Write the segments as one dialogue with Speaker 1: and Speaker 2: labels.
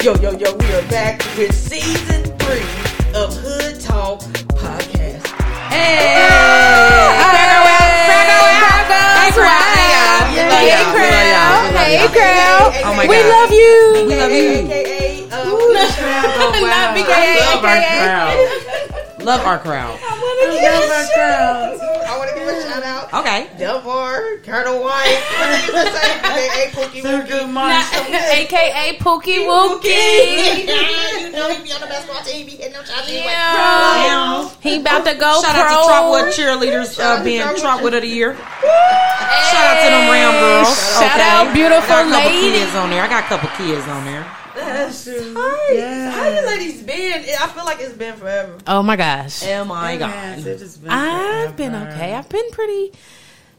Speaker 1: Yo, yo, yo, we are back with season three of Hood Talk Podcast. Hey!
Speaker 2: That's right.
Speaker 1: We love y'all. We love y'all. We love y'all. AKA,
Speaker 2: Hey, girl.
Speaker 3: Oh my
Speaker 2: We
Speaker 3: God.
Speaker 2: love you.
Speaker 3: We love you.
Speaker 1: AKA, uh, we love y'all.
Speaker 2: Not
Speaker 3: I
Speaker 2: BKA,
Speaker 3: love our
Speaker 2: AKA.
Speaker 3: crowd. Love our crowd.
Speaker 1: I want to give a shout out.
Speaker 3: Okay.
Speaker 1: Delvar, Colonel White, AKA Pookie Wookie.
Speaker 2: AKA Pookie Wookie.
Speaker 1: you know he be on the basketball team, he hitting them shots anyway.
Speaker 2: Yeah. He about to go
Speaker 3: Shout
Speaker 2: pro.
Speaker 3: out to Trotwood cheerleaders uh, being
Speaker 1: Trotwood
Speaker 3: Trotwood of the year. Shout out to them round girls.
Speaker 2: Shout out,
Speaker 3: I
Speaker 2: beautiful
Speaker 3: got a couple
Speaker 2: lady.
Speaker 3: kids on there. I got a couple kids on there.
Speaker 1: That's true. How you ladies been? I feel like it's been forever.
Speaker 2: Oh my gosh.
Speaker 3: Oh my god.
Speaker 2: I've been okay. I've been pretty,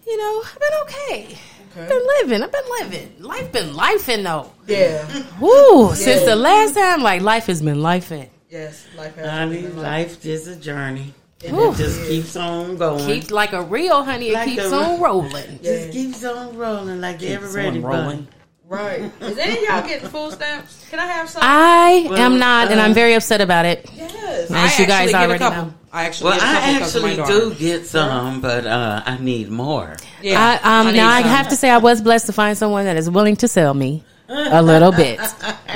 Speaker 2: you know, I've been okay. I've been living. I've been living. Life been lifing though.
Speaker 1: Yeah.
Speaker 2: Woo! Since the last time, like life has been lifing.
Speaker 1: Yes, life has
Speaker 4: Honey,
Speaker 1: been
Speaker 4: life is a journey. And
Speaker 2: Whew.
Speaker 4: it just keeps on going.
Speaker 2: Keeps like a real honey. It
Speaker 4: Like
Speaker 2: keeps
Speaker 4: the-
Speaker 2: on rolling.
Speaker 1: Yeah.
Speaker 4: just keeps on rolling like the
Speaker 3: on
Speaker 4: everybody
Speaker 3: rolling.
Speaker 4: rolling.
Speaker 1: Right. Is any of y'all getting food stamps? Can I have some?
Speaker 2: I
Speaker 4: Well,
Speaker 2: am not, and I'm very upset about it.
Speaker 1: yes.
Speaker 2: As
Speaker 3: I
Speaker 2: you guys
Speaker 3: actually get
Speaker 2: already
Speaker 3: a couple.
Speaker 2: know.
Speaker 3: I actually
Speaker 4: Well,
Speaker 3: get a couple
Speaker 4: I
Speaker 3: because of my
Speaker 4: actually
Speaker 3: daughter.
Speaker 4: do get some, but uh, I need more.
Speaker 3: Yeah.
Speaker 2: I, um,
Speaker 3: need
Speaker 2: now I
Speaker 3: some.
Speaker 2: have to say I was blessed to find someone that is willing to sell me a little bit.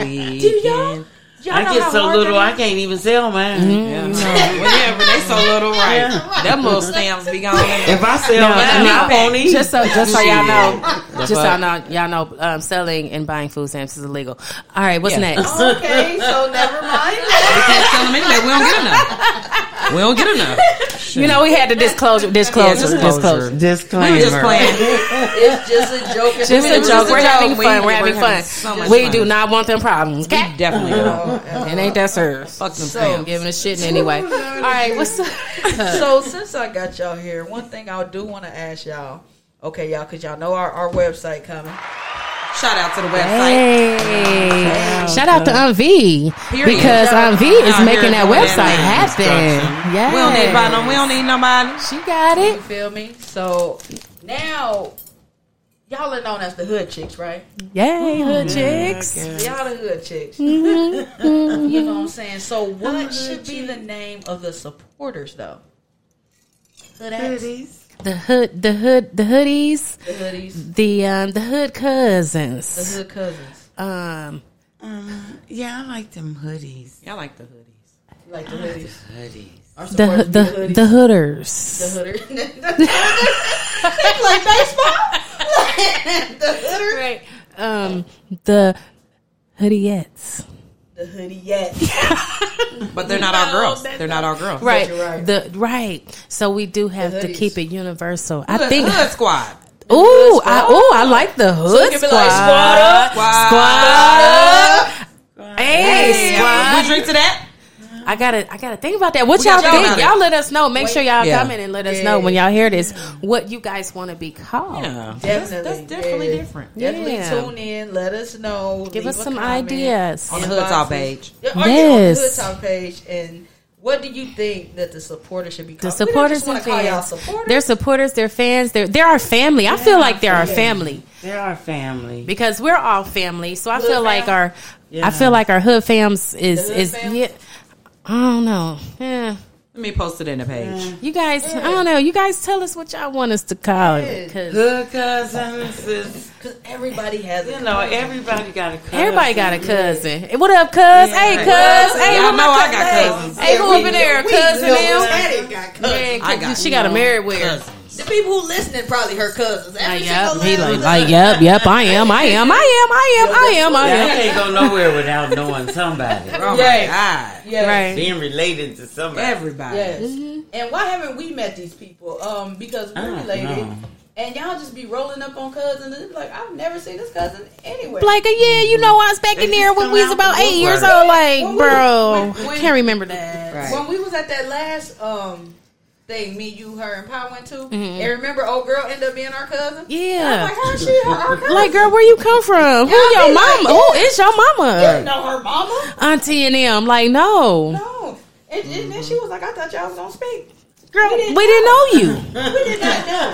Speaker 3: We
Speaker 2: y'all?
Speaker 4: I get so little, I can't even sell mine.
Speaker 3: Yeah. Whenever they so little, right?
Speaker 4: Yeah.
Speaker 3: Them little stamps be gone.
Speaker 4: If I sell mine,
Speaker 3: no.
Speaker 4: I won't eat.
Speaker 2: Just so, just so y'all know, just so y'all
Speaker 3: fuck?
Speaker 2: know, y'all know, um, selling and buying food stamps is illegal. All right, what's
Speaker 3: Yeah. Oh,
Speaker 2: next?
Speaker 1: Okay, so never mind.
Speaker 3: we can't sell them anyway. We don't get enough. We don't get enough.
Speaker 2: You know, we had to disclosure, disclosure,
Speaker 3: disclosure.
Speaker 2: disclosure.
Speaker 4: Disclaimer.
Speaker 3: We were just playing.
Speaker 1: It's just a joke. It's
Speaker 2: Just
Speaker 3: It
Speaker 2: a
Speaker 3: was
Speaker 2: joke.
Speaker 3: just a
Speaker 2: We're
Speaker 3: joke.
Speaker 2: having
Speaker 3: We-
Speaker 2: fun. We're
Speaker 3: we're
Speaker 2: having
Speaker 3: having
Speaker 2: fun.
Speaker 3: so much
Speaker 2: we
Speaker 3: fun.
Speaker 2: do not want them problems. Okay?
Speaker 3: Definitely. don't.
Speaker 2: And ain't that serious?
Speaker 3: Fuck them
Speaker 2: Oh, I'm
Speaker 3: stamps.
Speaker 2: giving a shit anyway. All right, what's up?
Speaker 1: So since I got y'all here, one thing I do want to ask y'all. Okay, y'all, because y'all know our, our website coming.
Speaker 3: Shout out to the website.
Speaker 2: Hey. Shout out to Unv
Speaker 3: Period.
Speaker 2: because Unv is
Speaker 3: Out
Speaker 2: making
Speaker 3: here
Speaker 2: that
Speaker 3: doing
Speaker 2: website
Speaker 3: that
Speaker 2: happen.
Speaker 4: construction.
Speaker 2: Yeah,
Speaker 3: We don't need nobody. We don't need nobody.
Speaker 2: She got
Speaker 1: You
Speaker 2: it.
Speaker 1: feel me? So now, y'all are known as the hood chicks, right?
Speaker 2: Yay, hood chicks.
Speaker 1: Y'all the hood chicks.
Speaker 2: Mm-hmm.
Speaker 1: You know what I'm saying? So what should be the name of the supporters, though? Hood ass, the
Speaker 2: The hood, the hood, the hoodies.
Speaker 1: hoodies,
Speaker 2: The um, the hood
Speaker 1: the
Speaker 2: cousins.
Speaker 1: hood cousins.
Speaker 2: Um,
Speaker 4: Um, yeah, I like them hoodies.
Speaker 3: Y'all like the hoodies.
Speaker 1: Like the hoodies.
Speaker 4: Hoodies.
Speaker 1: Our
Speaker 2: the
Speaker 1: supporters be
Speaker 2: the the hooders.
Speaker 1: The hooder. they play baseball. the hooder.
Speaker 2: Right. Um, the hoodiettes.
Speaker 1: The hoodie yet.
Speaker 3: But they're not our girls. They're not our girls.
Speaker 2: Right.
Speaker 1: you're right.
Speaker 2: The right. So we do have to
Speaker 1: hoodies.
Speaker 2: keep it universal.
Speaker 3: Hood,
Speaker 2: I think.
Speaker 3: Hood Squad.
Speaker 2: Ooh, I, ooh, I like the hood
Speaker 1: can be
Speaker 2: squad.
Speaker 1: like, squad up.
Speaker 3: Squad.
Speaker 2: Hey,
Speaker 3: Hey,
Speaker 2: squad.
Speaker 3: We drink to that.
Speaker 2: I gotta, I gotta think about that. What
Speaker 3: We
Speaker 2: y'all
Speaker 3: got y'all
Speaker 2: think?
Speaker 3: on it.
Speaker 2: Y'all let us know. Make sure y'all
Speaker 3: Yeah.
Speaker 2: comment and let us
Speaker 1: Yeah.
Speaker 2: know when y'all hear this what you guys want to be called.
Speaker 3: Yeah. That's,
Speaker 1: Definitely.
Speaker 3: that's definitely
Speaker 1: yeah.
Speaker 3: different.
Speaker 1: Definitely
Speaker 2: Yeah.
Speaker 1: tune in. Let us know.
Speaker 2: Give
Speaker 1: Leave
Speaker 2: us
Speaker 1: a
Speaker 2: some
Speaker 1: comment.
Speaker 2: ideas.
Speaker 3: On the Hood Talk page.
Speaker 1: Yeah, Or yes.
Speaker 2: Yes.
Speaker 1: on the Hood Talk page. And what do you think that the supporters should be
Speaker 2: The
Speaker 1: called?
Speaker 2: supporters
Speaker 1: we don't
Speaker 2: and
Speaker 1: just wanna call y'all
Speaker 2: fans.
Speaker 1: supporters.
Speaker 2: They're supporters. They're fans. They're they're our family. I feel like they're our family
Speaker 4: They're our family.
Speaker 2: because we're all family. So I
Speaker 1: Hood
Speaker 2: feel like
Speaker 1: fam?
Speaker 2: our I
Speaker 4: Yeah.
Speaker 2: feel like our hood fams is
Speaker 1: The hood
Speaker 2: is
Speaker 1: fam?
Speaker 2: yeah. I don't know. Yeah.
Speaker 3: Let me post it in the page.
Speaker 2: You guys, I don't know. You guys tell us what y'all want us to call it.
Speaker 1: Yes.
Speaker 2: 'cause
Speaker 4: Hood cousins is,
Speaker 1: Because everybody has
Speaker 4: you
Speaker 1: a
Speaker 4: know, everybody got a cousin.
Speaker 2: everybody got a cousin. Hey, What up, cuz? Hey, cuz. Hey,
Speaker 3: Y'all
Speaker 2: who my
Speaker 3: know I
Speaker 2: cuz-
Speaker 3: got
Speaker 2: hey,
Speaker 3: cousins.
Speaker 2: Hey, who up in there? Cousin them?
Speaker 1: Patty got cousins.
Speaker 2: Man,
Speaker 3: I
Speaker 2: cuz-
Speaker 3: got
Speaker 2: she got a married wear.
Speaker 3: Cousins.
Speaker 1: The people who listening probably her cousins.
Speaker 2: Like,
Speaker 1: Every
Speaker 2: yep,
Speaker 1: single
Speaker 2: he
Speaker 1: last
Speaker 2: like,
Speaker 1: one.
Speaker 2: like, yep, yep, I am, I am, I am, I am, I am, I
Speaker 4: Yeah, I
Speaker 2: am.
Speaker 4: can't go nowhere without knowing somebody.
Speaker 3: Oh
Speaker 1: Yes.
Speaker 3: my God.
Speaker 1: Yes.
Speaker 2: Right.
Speaker 4: Being related to somebody.
Speaker 3: Everybody.
Speaker 1: Yes.
Speaker 2: Mm-hmm.
Speaker 1: And why haven't we met these people? Um, because
Speaker 4: I
Speaker 1: we're
Speaker 4: don't
Speaker 1: related.
Speaker 4: know.
Speaker 1: And y'all just be rolling up on cousins and it's like I've never seen this cousin anywhere.
Speaker 2: Like, uh, yeah, you know, I was back
Speaker 4: They
Speaker 2: in there
Speaker 4: just
Speaker 2: when
Speaker 4: come
Speaker 2: we was
Speaker 4: out
Speaker 2: about
Speaker 4: the
Speaker 2: eight years
Speaker 4: woodwork.
Speaker 2: old. Like,
Speaker 1: When we-
Speaker 2: bro,
Speaker 1: when- when-
Speaker 2: can't remember that.
Speaker 3: Right.
Speaker 1: When we was at that last um thing, me, you, her, and Pa went to, and remember old girl ended up being our cousin. I'm
Speaker 2: Mm-hmm. Yeah.
Speaker 1: like how she her, our cousin?
Speaker 2: Like, girl, where you come from? Who
Speaker 1: Y'all
Speaker 2: your
Speaker 1: be like,
Speaker 2: mama? Who is your mama?
Speaker 1: no, her mama.
Speaker 2: Auntie and them. Like, no,
Speaker 1: No. And, and then she was like, I thought y'all was gonna speak.
Speaker 2: girl,
Speaker 1: we didn't
Speaker 2: we didn't know you,
Speaker 1: We did not know.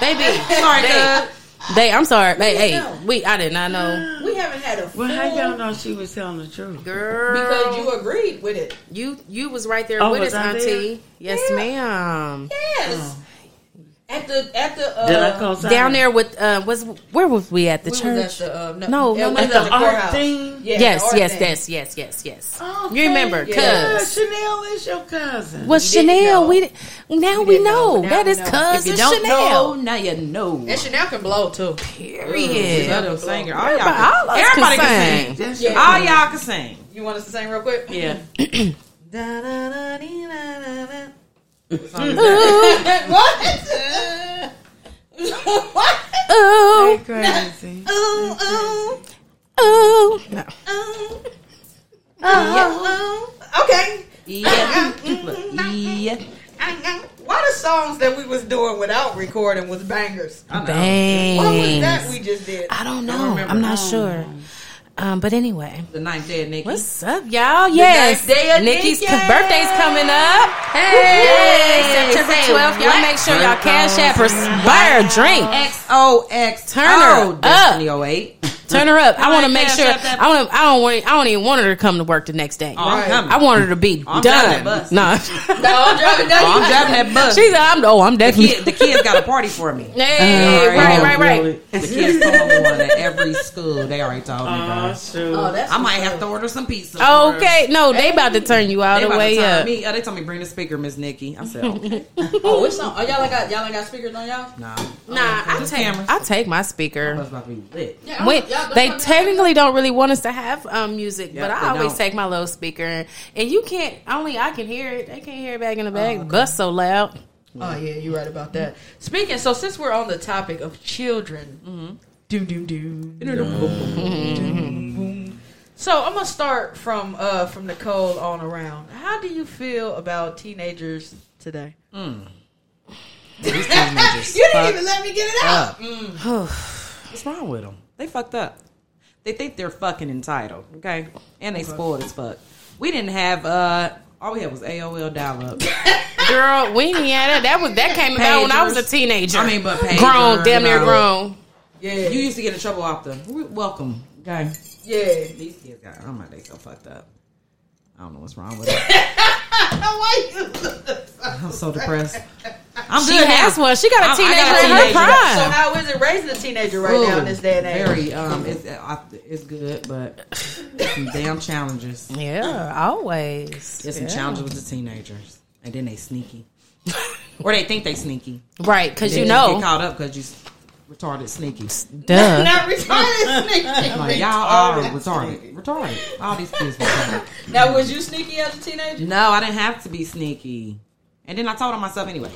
Speaker 2: baby.
Speaker 3: Sorry,
Speaker 2: They-
Speaker 3: cuz.
Speaker 2: They, I'm sorry. Hey, hey,
Speaker 1: know.
Speaker 2: we, I did not know.
Speaker 1: We haven't had a full
Speaker 4: Well, how y'all know she was telling the truth?
Speaker 2: Girl,
Speaker 1: because you agreed with it.
Speaker 2: you, you was right there
Speaker 4: Oh,
Speaker 2: with
Speaker 4: was
Speaker 2: us,
Speaker 4: I there?
Speaker 2: auntie. Yes,
Speaker 1: Yeah.
Speaker 2: ma'am.
Speaker 1: Yes. At the at the uh,
Speaker 4: Did I call Simon?
Speaker 2: Down there with uh, was where was we at the
Speaker 1: we was
Speaker 2: church?
Speaker 1: at the, uh, no,
Speaker 2: No,
Speaker 1: yeah,
Speaker 2: no,
Speaker 1: we
Speaker 2: no,
Speaker 1: was
Speaker 2: no.
Speaker 1: at the
Speaker 4: Art
Speaker 1: courthouse.
Speaker 4: thing?
Speaker 1: Yeah,
Speaker 2: yes,
Speaker 1: the art
Speaker 2: yes,
Speaker 1: thing.
Speaker 2: yes, yes, yes, yes.
Speaker 4: Oh,
Speaker 2: you remember,
Speaker 1: you.
Speaker 2: cuz
Speaker 1: Yeah,
Speaker 4: Yeah, Chanel is your cousin.
Speaker 2: was
Speaker 1: didn't
Speaker 2: Chanel.
Speaker 1: know.
Speaker 2: We di- now we,
Speaker 1: didn't
Speaker 2: know,
Speaker 1: know. Now
Speaker 2: that
Speaker 1: we
Speaker 2: is
Speaker 1: know.
Speaker 2: cuz
Speaker 3: If you
Speaker 2: it's
Speaker 3: don't know,
Speaker 2: Chanel.
Speaker 3: now you know.
Speaker 1: And Chanel can blow too.
Speaker 2: Period.
Speaker 1: Yeah.
Speaker 3: Another singer. All
Speaker 2: Everybody,
Speaker 3: y'all,
Speaker 2: all of us
Speaker 3: everybody
Speaker 2: can
Speaker 3: can
Speaker 2: sing.
Speaker 3: sing.
Speaker 4: That's
Speaker 1: Yeah.
Speaker 4: your
Speaker 3: All y'all can sing.
Speaker 1: You want us to sing real quick?
Speaker 3: Yeah.
Speaker 1: Da-da-da-dee-da-da-da.
Speaker 2: Ooh,
Speaker 1: what? what?
Speaker 2: ooh,
Speaker 4: crazy.
Speaker 1: Ooh, ooh,
Speaker 2: ooh. No.
Speaker 1: ooh. Oh, ooh. Okay.
Speaker 3: Yeah. yeah.
Speaker 1: Why the songs that we was doing without recording was bangers?
Speaker 3: I know.
Speaker 1: What was that
Speaker 2: Bang.
Speaker 1: we just did?
Speaker 2: I don't
Speaker 3: I
Speaker 2: know.
Speaker 3: remember.
Speaker 2: I'm not sure. Um, but anyway,
Speaker 3: The ninth day of Nikki.
Speaker 2: what's up, y'all? Yes,
Speaker 3: day of
Speaker 2: Nikki's
Speaker 3: Nikki.
Speaker 2: birthday's coming up. Hey, September
Speaker 3: Say
Speaker 2: 12th. Y'all
Speaker 3: what?
Speaker 2: make sure y'all cash app her, buy her a drink.
Speaker 3: XOX
Speaker 2: Turn her up.
Speaker 3: Destiny 08.
Speaker 2: Turn her up. I
Speaker 3: Come
Speaker 2: want to
Speaker 3: on,
Speaker 2: make
Speaker 3: cash
Speaker 2: sure.
Speaker 3: up that-
Speaker 2: I want. I don't want. I don't even want her to come to work the next day.
Speaker 3: Oh, I'm
Speaker 1: Right.
Speaker 3: coming.
Speaker 2: I want her to be
Speaker 3: I'm
Speaker 2: done.
Speaker 3: driving that bus.
Speaker 2: Nah.
Speaker 1: No, I'm driving down.
Speaker 3: oh, I'm driving that bus.
Speaker 2: She's. I'm. Oh, I'm
Speaker 3: the,
Speaker 2: definitely.
Speaker 3: kid, the kids got a party for me.
Speaker 2: Hey,
Speaker 3: Alright.
Speaker 2: right,
Speaker 4: Oh,
Speaker 2: right, right.
Speaker 3: The kids come over one at every school. They already told me,
Speaker 4: Oh,
Speaker 3: guys.
Speaker 4: shoot.
Speaker 1: Oh, that's
Speaker 3: I might have to order some pizza. for her.
Speaker 2: Okay, no, they about to turn you all
Speaker 3: They
Speaker 2: the
Speaker 3: about to
Speaker 2: way
Speaker 3: turn
Speaker 2: up.
Speaker 3: Me, oh, they told me bring the speaker, Miss Nikki. I said, okay,
Speaker 1: Oh, it's on. Oh, y'all ain't got y'all ain't got speakers on y'all.
Speaker 3: nah,
Speaker 2: Nah, I
Speaker 3: Just
Speaker 2: take.
Speaker 3: cameras.
Speaker 2: I take my
Speaker 3: that's
Speaker 2: speaker.
Speaker 3: about to be lit.
Speaker 1: Yeah,
Speaker 2: When,
Speaker 1: y'all- y'all-
Speaker 2: they
Speaker 1: y'all-
Speaker 2: technically don't really want us to have um, music,
Speaker 3: Yeah,
Speaker 2: but
Speaker 3: they
Speaker 2: I always
Speaker 3: don't.
Speaker 2: take my little speaker, and you can't. Only I can hear it. They can't hear it back in the back. The bus so loud.
Speaker 1: Oh yeah, you're right about that. Speaking, so since we're on the topic of children, doom doom doom. So I'm gonna start from uh from Nicole on around. How do you feel about teenagers today?
Speaker 3: These teenagers
Speaker 1: you didn't
Speaker 3: fucked
Speaker 1: even let me get it out.
Speaker 3: up. What's wrong with them? They fucked up. They think they're fucking entitled. Okay, and they spoiled as fuck. We didn't have uh, all we had was AOL dial up.
Speaker 2: Girl, we ain't had it. That was that came about when I was a
Speaker 3: Pagers.
Speaker 2: teenager.
Speaker 3: I mean, but pagers,
Speaker 2: grown, damn
Speaker 3: you
Speaker 2: near
Speaker 3: know.
Speaker 2: grown.
Speaker 1: Yeah,
Speaker 3: You used to get in trouble off the welcome. Okay,
Speaker 1: yeah.
Speaker 3: these kids got. Oh my, they so fucked up. I don't know what's wrong with them.
Speaker 1: Why you?
Speaker 3: I'm so depressed. I'm
Speaker 2: She
Speaker 3: good
Speaker 2: has
Speaker 3: now.
Speaker 2: one. She got
Speaker 3: I-
Speaker 2: a
Speaker 3: I
Speaker 2: teenager
Speaker 3: got a
Speaker 2: in her
Speaker 3: teenager.
Speaker 1: So
Speaker 2: prime.
Speaker 1: how is it raising a teenager right now in this day and age?
Speaker 3: Very, um, it's, I, it's good, but some damn challenges.
Speaker 2: yeah, always.
Speaker 3: There's some
Speaker 2: Yeah.
Speaker 3: challenges with the teenagers, and then they sneaky, or they think they sneaky.
Speaker 2: Right, because you
Speaker 3: Then get
Speaker 2: know.
Speaker 3: caught up because you s- retarded sneaky.
Speaker 2: Duh.
Speaker 1: Not retarded, sneaky.
Speaker 3: Like, y'all are retarded, retarded. All these kids. Retarded.
Speaker 1: Now, was you sneaky as a teenager?
Speaker 3: No, I didn't have to be sneaky, and then I told on myself anyway.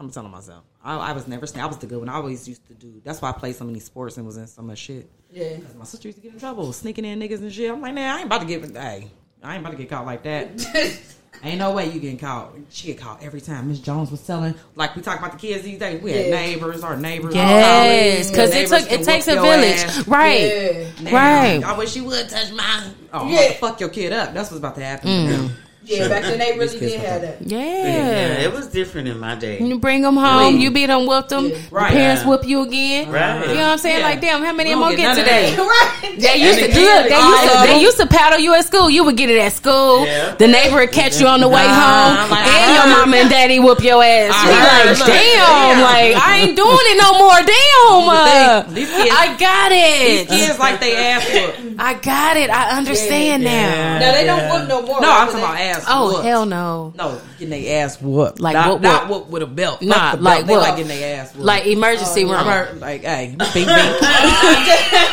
Speaker 3: I'm telling myself. I, I was never sneaky. I was the good one. I always used to do. That's why I played so many sports and was in so much shit.
Speaker 1: Yeah.
Speaker 3: Cause my sister used to get in trouble sneaking in niggas and shit. I'm like, nah, I ain't about to get. Hey, I ain't about to get caught like that. Ain't no way you getting caught. She get caught every time. Miss Jones was selling. Like we talk about the kids these days. We had
Speaker 1: Yeah.
Speaker 3: neighbors, our neighbors.
Speaker 2: Yes, because it
Speaker 3: Neighbors
Speaker 2: took
Speaker 3: can
Speaker 2: it takes a
Speaker 3: whoop your
Speaker 2: village,
Speaker 3: ass.
Speaker 2: right?
Speaker 1: Yeah.
Speaker 3: Now,
Speaker 2: Right.
Speaker 3: I wish you would touch mine. Oh, I'm
Speaker 1: Yeah.
Speaker 3: about to fuck your kid up. That's what's about to happen.
Speaker 1: Yeah, back then they really
Speaker 3: kids
Speaker 1: did have that.
Speaker 2: Yeah.
Speaker 4: Yeah, it was different in my day.
Speaker 2: You bring them home,
Speaker 3: Please.
Speaker 2: you beat them, whoop them,
Speaker 3: Right.
Speaker 2: your parents whoop you again.
Speaker 4: Right.
Speaker 2: You know what I'm saying?
Speaker 3: Yeah.
Speaker 2: Like, damn, how many
Speaker 3: We
Speaker 2: am
Speaker 3: don't
Speaker 2: I gonna get
Speaker 3: get none of
Speaker 2: today?
Speaker 3: that.
Speaker 1: right.
Speaker 2: They used to
Speaker 3: And
Speaker 2: look.
Speaker 3: the kids-
Speaker 2: They used
Speaker 3: all
Speaker 2: to.
Speaker 3: of
Speaker 2: They
Speaker 3: them.
Speaker 2: used to paddle you at school. You would get it at school.
Speaker 4: Yeah.
Speaker 2: The neighbor would catch you on the way
Speaker 3: Nah,
Speaker 2: home,
Speaker 3: like, I
Speaker 2: and your
Speaker 3: heard.
Speaker 2: mama and daddy whoop your ass.
Speaker 3: I
Speaker 2: You
Speaker 3: heard.
Speaker 2: like,
Speaker 3: Look,
Speaker 2: damn,
Speaker 3: yeah.
Speaker 2: like I ain't doing it no more. Damn,
Speaker 3: You would think these kids-
Speaker 2: uh, I got it.
Speaker 3: Kids like they ass whoop.
Speaker 2: I got it. I understand
Speaker 4: Yeah.
Speaker 2: now.
Speaker 1: No, they don't
Speaker 4: Yeah.
Speaker 1: whoop no more.
Speaker 3: No,
Speaker 1: right?
Speaker 3: I'm talking about
Speaker 1: They-
Speaker 3: ass.
Speaker 2: Oh
Speaker 3: whooped.
Speaker 2: hell no.
Speaker 3: No, getting their ass whooped.
Speaker 2: Like
Speaker 3: not,
Speaker 2: whoop,
Speaker 3: not whooped with a belt.
Speaker 2: Nah,
Speaker 3: Fuck the belt.
Speaker 2: like
Speaker 3: they
Speaker 2: whoop.
Speaker 3: like getting their ass whooped.
Speaker 2: Like emergency room.
Speaker 3: Oh, I'm her- like, hey, bing bing.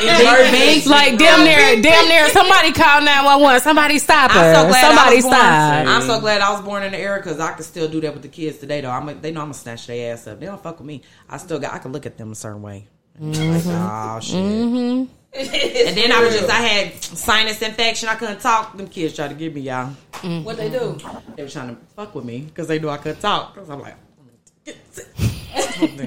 Speaker 3: bing bing.
Speaker 2: Like damn near, damn near. Somebody call nine one one. Somebody stop her.
Speaker 3: I'm so glad
Speaker 2: Somebody
Speaker 3: I was born.
Speaker 2: stop.
Speaker 3: I'm so glad I was born in the era because I can still do that with the kids today. Though I'm, a, they know I'm gonna snatch their ass up. They don't fuck with me. I still got. I can look at them a certain way. Like, oh shit. And then I was just. I had sinus infection. I couldn't talk. Them kids tried to get me, y'all.
Speaker 1: What they do?
Speaker 3: They were trying to fuck with me because they knew I couldn't talk. 'Cause I'm like. Miss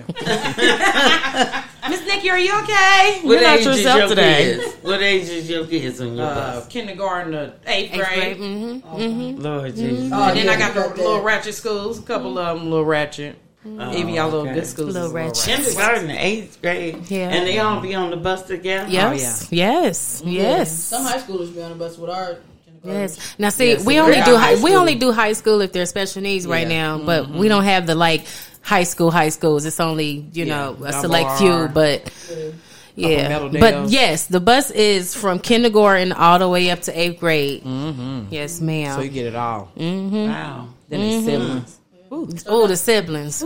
Speaker 3: Nikki, are you okay?
Speaker 4: What
Speaker 3: You're not
Speaker 4: age is
Speaker 3: yourself
Speaker 4: your
Speaker 3: today.
Speaker 4: kids? What age is your kids on your
Speaker 3: Uh,
Speaker 4: bus?
Speaker 3: kindergarten to eighth grade.
Speaker 2: Eighth grade, mhm.
Speaker 4: Lord Jesus.
Speaker 1: Oh,
Speaker 3: And
Speaker 2: Mm-hmm.
Speaker 3: then
Speaker 1: yeah,
Speaker 3: I got
Speaker 1: you
Speaker 3: the
Speaker 1: that.
Speaker 3: little ratchet schools, a couple of them little ratchet. Even Oh, y'all Mm-hmm. little good schools. is
Speaker 2: Little ratchet.
Speaker 3: ratchet.
Speaker 4: Oh. Kindergarten, eighth grade,
Speaker 2: Yeah.
Speaker 4: and they all be on the bus together.
Speaker 2: Yes,
Speaker 3: Oh,
Speaker 2: yes, yes,
Speaker 1: Some high schoolers be on the bus with our kindergarten.
Speaker 2: yes. Now, see,
Speaker 3: so
Speaker 2: we
Speaker 3: we're
Speaker 2: only
Speaker 3: not
Speaker 2: do
Speaker 3: high
Speaker 2: high, we
Speaker 3: school.
Speaker 2: only do high school if there's special needs right
Speaker 3: Yeah.
Speaker 2: now,
Speaker 3: Mm-hmm.
Speaker 2: but we don't have the like high school high schools. It's only you know a
Speaker 3: Double
Speaker 2: select
Speaker 3: R.
Speaker 2: few, but yeah,
Speaker 3: Metal
Speaker 2: but
Speaker 3: Dales.
Speaker 2: yes, the bus is from kindergarten all the way up to eighth grade. Yes, ma'am.
Speaker 3: Mm. Mm-hmm. So you get it all.
Speaker 4: Wow.
Speaker 3: Then it's siblings.
Speaker 2: oh, the siblings.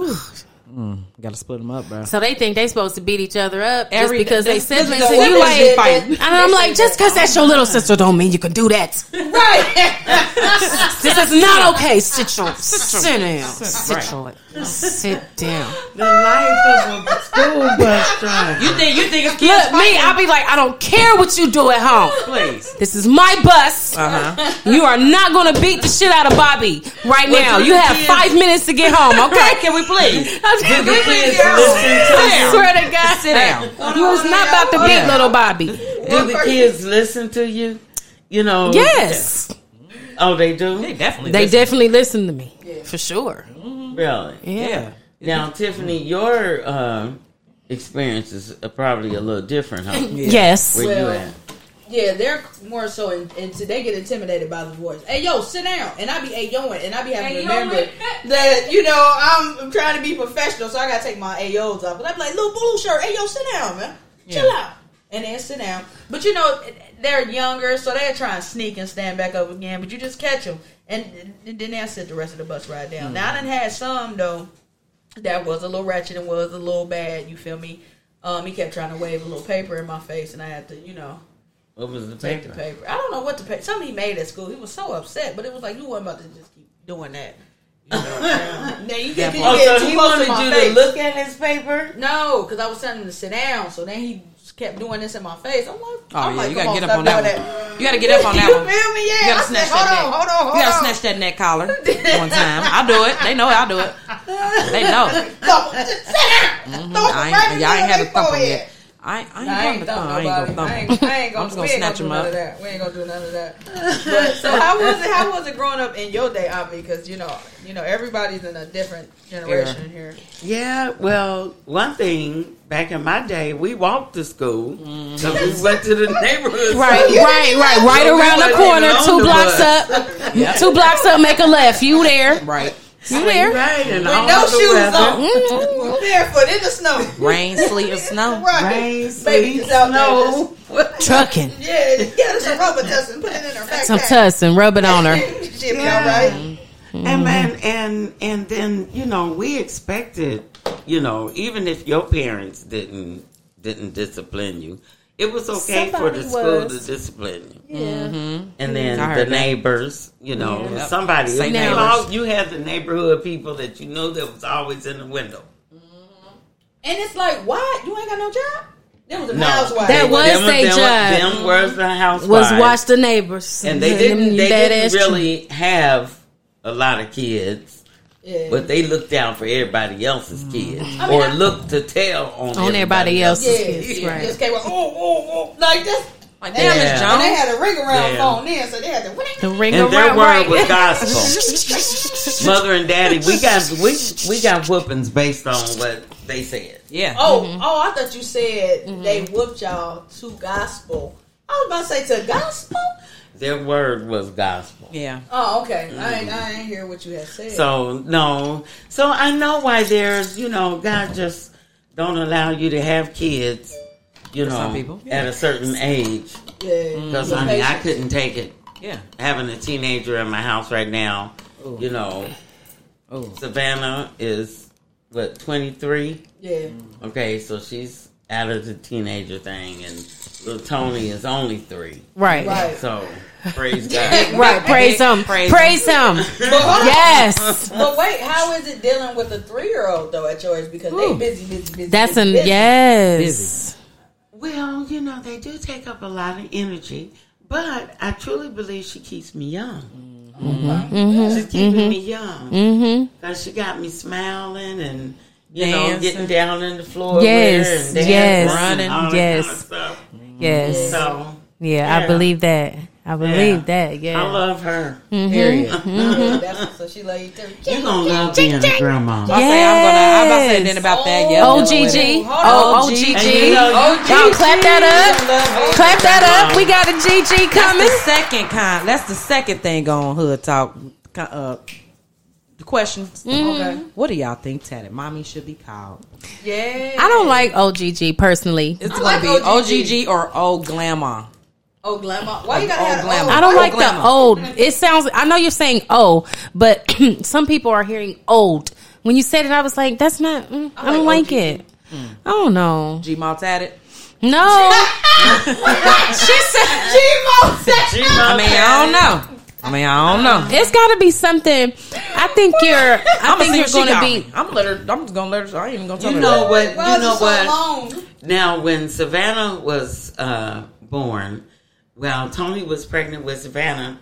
Speaker 3: Got to split them up, bro.
Speaker 2: So they think they supposed to beat each other up just
Speaker 3: Every-
Speaker 2: because they
Speaker 3: this- this is
Speaker 2: siblings,
Speaker 3: the
Speaker 2: and you
Speaker 3: siblings
Speaker 2: like,
Speaker 3: that fight.
Speaker 2: and I'm like, just because that's your little sister don't mean you can do that. Right. this is not okay. Sit your sit down. Sit your sit down.
Speaker 4: The life of a school bus driver.
Speaker 3: You think you think it's
Speaker 2: Look, me, I'll be like, I don't care what you do at home.
Speaker 3: please?
Speaker 2: This is my bus.
Speaker 3: Uh huh.
Speaker 2: You are not going to beat the shit out of Bobby right now. You have five minutes to get home, okay?
Speaker 3: Can we please
Speaker 2: I'm just- I swear to God.
Speaker 3: sit down?
Speaker 2: You was not about to beat
Speaker 3: Yeah.
Speaker 2: little Bobby.
Speaker 4: Do the kids listen to you? You know.
Speaker 2: Yes.
Speaker 4: Oh, they do.
Speaker 3: They definitely.
Speaker 2: They
Speaker 3: listen.
Speaker 2: definitely listen to me. For sure.
Speaker 4: Really.
Speaker 2: Yeah.
Speaker 3: Yeah.
Speaker 4: Now, Tiffany, your um, experience is uh, probably a little different, huh?
Speaker 2: Yes.
Speaker 4: Where you
Speaker 1: Well,
Speaker 4: at?
Speaker 1: Yeah, they're more so, in, and so they get intimidated by the voice. Hey, yo, sit down, and I be hey yoing, and I be having to remember that you know I'm, I'm trying to be professional, so I gotta take my ayos off. But I be like, little blue shirt, hey yo, sit down, man, chill out, and then sit down. But you know they're younger, so they're trying to sneak and stand back up again. But you just catch them, and, and then they'll sit the rest of the bus ride down. Now I done had some though that was a little ratchet and was a little bad. You feel me? Um, he kept trying to wave a little paper in my face, and I had to, you know.
Speaker 4: What was the
Speaker 1: Take the
Speaker 4: paper?
Speaker 1: paper. I don't know what the paper. Something he made at school. He was so upset, but it was like you wasn't about to just keep doing that. You know, now you get, you
Speaker 4: Oh,
Speaker 1: get
Speaker 4: so
Speaker 1: too
Speaker 4: he
Speaker 1: close to
Speaker 4: wanted
Speaker 1: my
Speaker 4: you to
Speaker 1: face.
Speaker 4: look at his paper?
Speaker 1: No, because I was telling him to sit down. So then he just kept doing this in my face. I'm like, oh
Speaker 3: Oh
Speaker 1: I'm
Speaker 3: yeah,
Speaker 1: like,
Speaker 3: you
Speaker 1: come
Speaker 3: gotta get up
Speaker 1: stop
Speaker 3: on that.
Speaker 1: doing
Speaker 3: One. You gotta get up on that
Speaker 1: you
Speaker 3: one.
Speaker 1: feel me? Yeah.
Speaker 3: You gotta
Speaker 1: I said,
Speaker 3: snatch that
Speaker 1: hold
Speaker 3: neck.
Speaker 1: on, hold on, hold
Speaker 3: You gotta
Speaker 1: on.
Speaker 3: snatch that neck collar one time. I do it. They know I'll do it. They know.
Speaker 1: No, just sit down.
Speaker 3: Mhm.
Speaker 1: Throw it
Speaker 3: I ain't,
Speaker 1: right in
Speaker 3: y'all
Speaker 1: their
Speaker 3: ain't had a thump 'em
Speaker 1: forehead.
Speaker 3: yet. I, ain't- I
Speaker 1: I
Speaker 3: ain't
Speaker 1: ain't
Speaker 3: going to
Speaker 1: thump
Speaker 3: thump 'em. I ain't
Speaker 1: nobody. I
Speaker 3: gonna thump
Speaker 1: ain't,
Speaker 3: 'em.
Speaker 1: I ain't gonna,
Speaker 3: I'm just gonna
Speaker 1: we ain't
Speaker 3: snatch
Speaker 1: do
Speaker 3: 'em
Speaker 1: none
Speaker 3: up.
Speaker 1: of that. We ain't gonna do none of that. But, so how was it? How was it growing up in your day, Abby? Because you know, you know, everybody's in a different generation here.
Speaker 4: Yeah, well, one thing, back in my day, we walked to school. So we went to the neighborhood.
Speaker 2: Right,
Speaker 4: school.
Speaker 2: right, right, right
Speaker 4: So we
Speaker 2: around the
Speaker 4: wasn't
Speaker 2: corner,
Speaker 4: even on
Speaker 2: two
Speaker 4: the
Speaker 2: blocks
Speaker 4: bus.
Speaker 2: up, two blocks up, make a left. You there?
Speaker 3: Right.
Speaker 2: You there?
Speaker 4: Right, and
Speaker 1: With
Speaker 4: all
Speaker 1: no
Speaker 4: the
Speaker 1: shoes
Speaker 4: weather.
Speaker 1: on,
Speaker 2: Mhm.
Speaker 1: barefoot in the snow.
Speaker 3: Rain, sleet, and snow.
Speaker 1: Right,
Speaker 4: Rain,
Speaker 1: baby,
Speaker 4: sleet,
Speaker 1: just out
Speaker 4: snow.
Speaker 1: there. Just,
Speaker 2: Trucking.
Speaker 1: yeah, get her some rubber dust and put it in her backpack.
Speaker 2: Some tuss and rub it on her.
Speaker 1: She'll be
Speaker 4: Yeah.
Speaker 1: all right.
Speaker 4: And then
Speaker 3: Mm-hmm.
Speaker 4: and and then you know we expected you know even if your parents didn't didn't discipline you, it was okay for the
Speaker 2: Somebody
Speaker 4: school
Speaker 2: was.
Speaker 4: to discipline you.
Speaker 3: Mm-hmm.
Speaker 4: And then
Speaker 3: I
Speaker 4: the
Speaker 3: heard that.
Speaker 4: neighbors, you know,
Speaker 3: Yeah.
Speaker 4: somebody
Speaker 3: Say
Speaker 4: you,
Speaker 3: neighbors.
Speaker 4: know, you had the neighborhood people that you know that was always in the window.
Speaker 1: And it's like, why you ain't got no job? That was a
Speaker 4: No,
Speaker 1: housewife.
Speaker 2: That was
Speaker 4: them,
Speaker 2: they
Speaker 4: them,
Speaker 2: job.
Speaker 4: Them was the housewives,
Speaker 2: Was watch the neighbors,
Speaker 4: and they
Speaker 2: Them
Speaker 4: didn't they
Speaker 2: bad
Speaker 4: didn't
Speaker 2: ass
Speaker 4: really have a lot of kids.
Speaker 1: yeah.
Speaker 4: But they look down for everybody else's kids, or look to tell on,
Speaker 2: on everybody else's
Speaker 1: yeah,
Speaker 2: kids,
Speaker 1: yeah.
Speaker 2: right?
Speaker 1: Just came like, oh, oh, oh, like this.
Speaker 3: Like,
Speaker 1: Damn,
Speaker 3: damn,
Speaker 4: Yeah.
Speaker 3: Miss
Speaker 1: And they
Speaker 3: Jones.
Speaker 1: had a ring around
Speaker 4: Yeah.
Speaker 1: phone then, so they had to.
Speaker 2: The ring
Speaker 4: And their
Speaker 2: around,
Speaker 4: word
Speaker 2: right?
Speaker 4: was gospel. Mother and daddy, we got we we got whoopings based on what they said.
Speaker 3: Yeah.
Speaker 1: Oh, oh, I thought you said they whooped y'all to gospel. I was about to say to gospel.
Speaker 4: Their word was gospel.
Speaker 3: Yeah.
Speaker 1: Oh, okay. I ain't, I ain't hear what you had said.
Speaker 4: So no, so I know why there's you know God just don't allow you to have kids, you know,
Speaker 3: some people,
Speaker 4: at a certain age.
Speaker 1: yeah,
Speaker 4: Because
Speaker 1: Your
Speaker 4: I mean, I
Speaker 1: patience.
Speaker 4: couldn't take it
Speaker 3: Yeah.
Speaker 4: having a teenager in my house right now.
Speaker 3: Ooh.
Speaker 4: You know,
Speaker 3: Oh.
Speaker 4: Savannah is what twenty three.
Speaker 1: yeah,
Speaker 4: Okay, so she's out of the teenager thing, and little Tony is only three.
Speaker 2: right, right,
Speaker 1: right.
Speaker 4: So praise God.
Speaker 2: Praise him,
Speaker 3: Praise
Speaker 2: praise him.
Speaker 1: But, hold on.
Speaker 2: Yes,
Speaker 1: but wait, how is it dealing with a three-year-old though at yours? Because
Speaker 3: Ooh.
Speaker 1: they busy, busy, busy.
Speaker 2: that's an
Speaker 1: busy, busy.
Speaker 2: yes.
Speaker 4: Well, you know they do take up a lot of energy, but I truly believe she keeps me young. She's keeping me young
Speaker 2: Mm-hmm.
Speaker 4: because she got me smiling and you know
Speaker 3: Dancing.
Speaker 4: getting down in the floor.
Speaker 2: Yes,
Speaker 4: with her
Speaker 2: yes,
Speaker 4: and dancing and all that
Speaker 2: yes.
Speaker 4: Kind of stuff.
Speaker 2: Yes.
Speaker 4: So
Speaker 2: Yeah, I
Speaker 4: Yeah.
Speaker 2: believe that. I believe that. Yeah. Mm.
Speaker 4: I love her.
Speaker 3: Period.
Speaker 1: Yeah, that's, so she love you too.
Speaker 4: You're gonna love being a grandma.
Speaker 3: I say I'm gonna. I'm about to say then about that. Yeah.
Speaker 2: Oh, OGG. Oh, OGG.
Speaker 4: And you know, you
Speaker 2: Y'all clap that up. Clap that up. We got a GG coming.
Speaker 3: That's the second kind. That's the second thing on hood talk. Uh, the questions.
Speaker 1: Mm-hmm.
Speaker 3: Okay. What do y'all think tatted mommy should be called?
Speaker 1: Yeah.
Speaker 2: I don't like OGG personally.
Speaker 3: It's
Speaker 1: I
Speaker 3: gonna
Speaker 1: like
Speaker 3: be
Speaker 1: OGG.
Speaker 3: OGG or O Glamour.
Speaker 1: Oh, glamour. Why you gotta
Speaker 3: Oh,
Speaker 1: have
Speaker 3: glamour.
Speaker 1: Oh,
Speaker 2: I don't
Speaker 3: Old
Speaker 2: like the
Speaker 3: glamour.
Speaker 2: old. It sounds. I know you're saying old, but some people are hearing old. When you said it, I was like, "That's not. mm, I don't
Speaker 1: like
Speaker 2: like it. I don't know.
Speaker 3: G Mall tatted.
Speaker 2: No." she said,
Speaker 4: She
Speaker 3: I
Speaker 4: love
Speaker 3: mean, I don't know. I mean, I don't know.
Speaker 2: "It's got to be something." I think you're. I
Speaker 3: I'm
Speaker 2: think
Speaker 3: gonna
Speaker 2: you're
Speaker 3: see what
Speaker 2: going
Speaker 3: she
Speaker 2: to
Speaker 3: got
Speaker 2: be.
Speaker 3: me. I'm gonna let her. I'm just gonna let her. I ain't even gonna tell
Speaker 4: You
Speaker 3: her.
Speaker 4: know what? You
Speaker 1: Why is
Speaker 4: know
Speaker 1: it so
Speaker 4: what?
Speaker 1: long?
Speaker 4: Now, when Savannah was uh, born, well, Tony was pregnant with Savannah.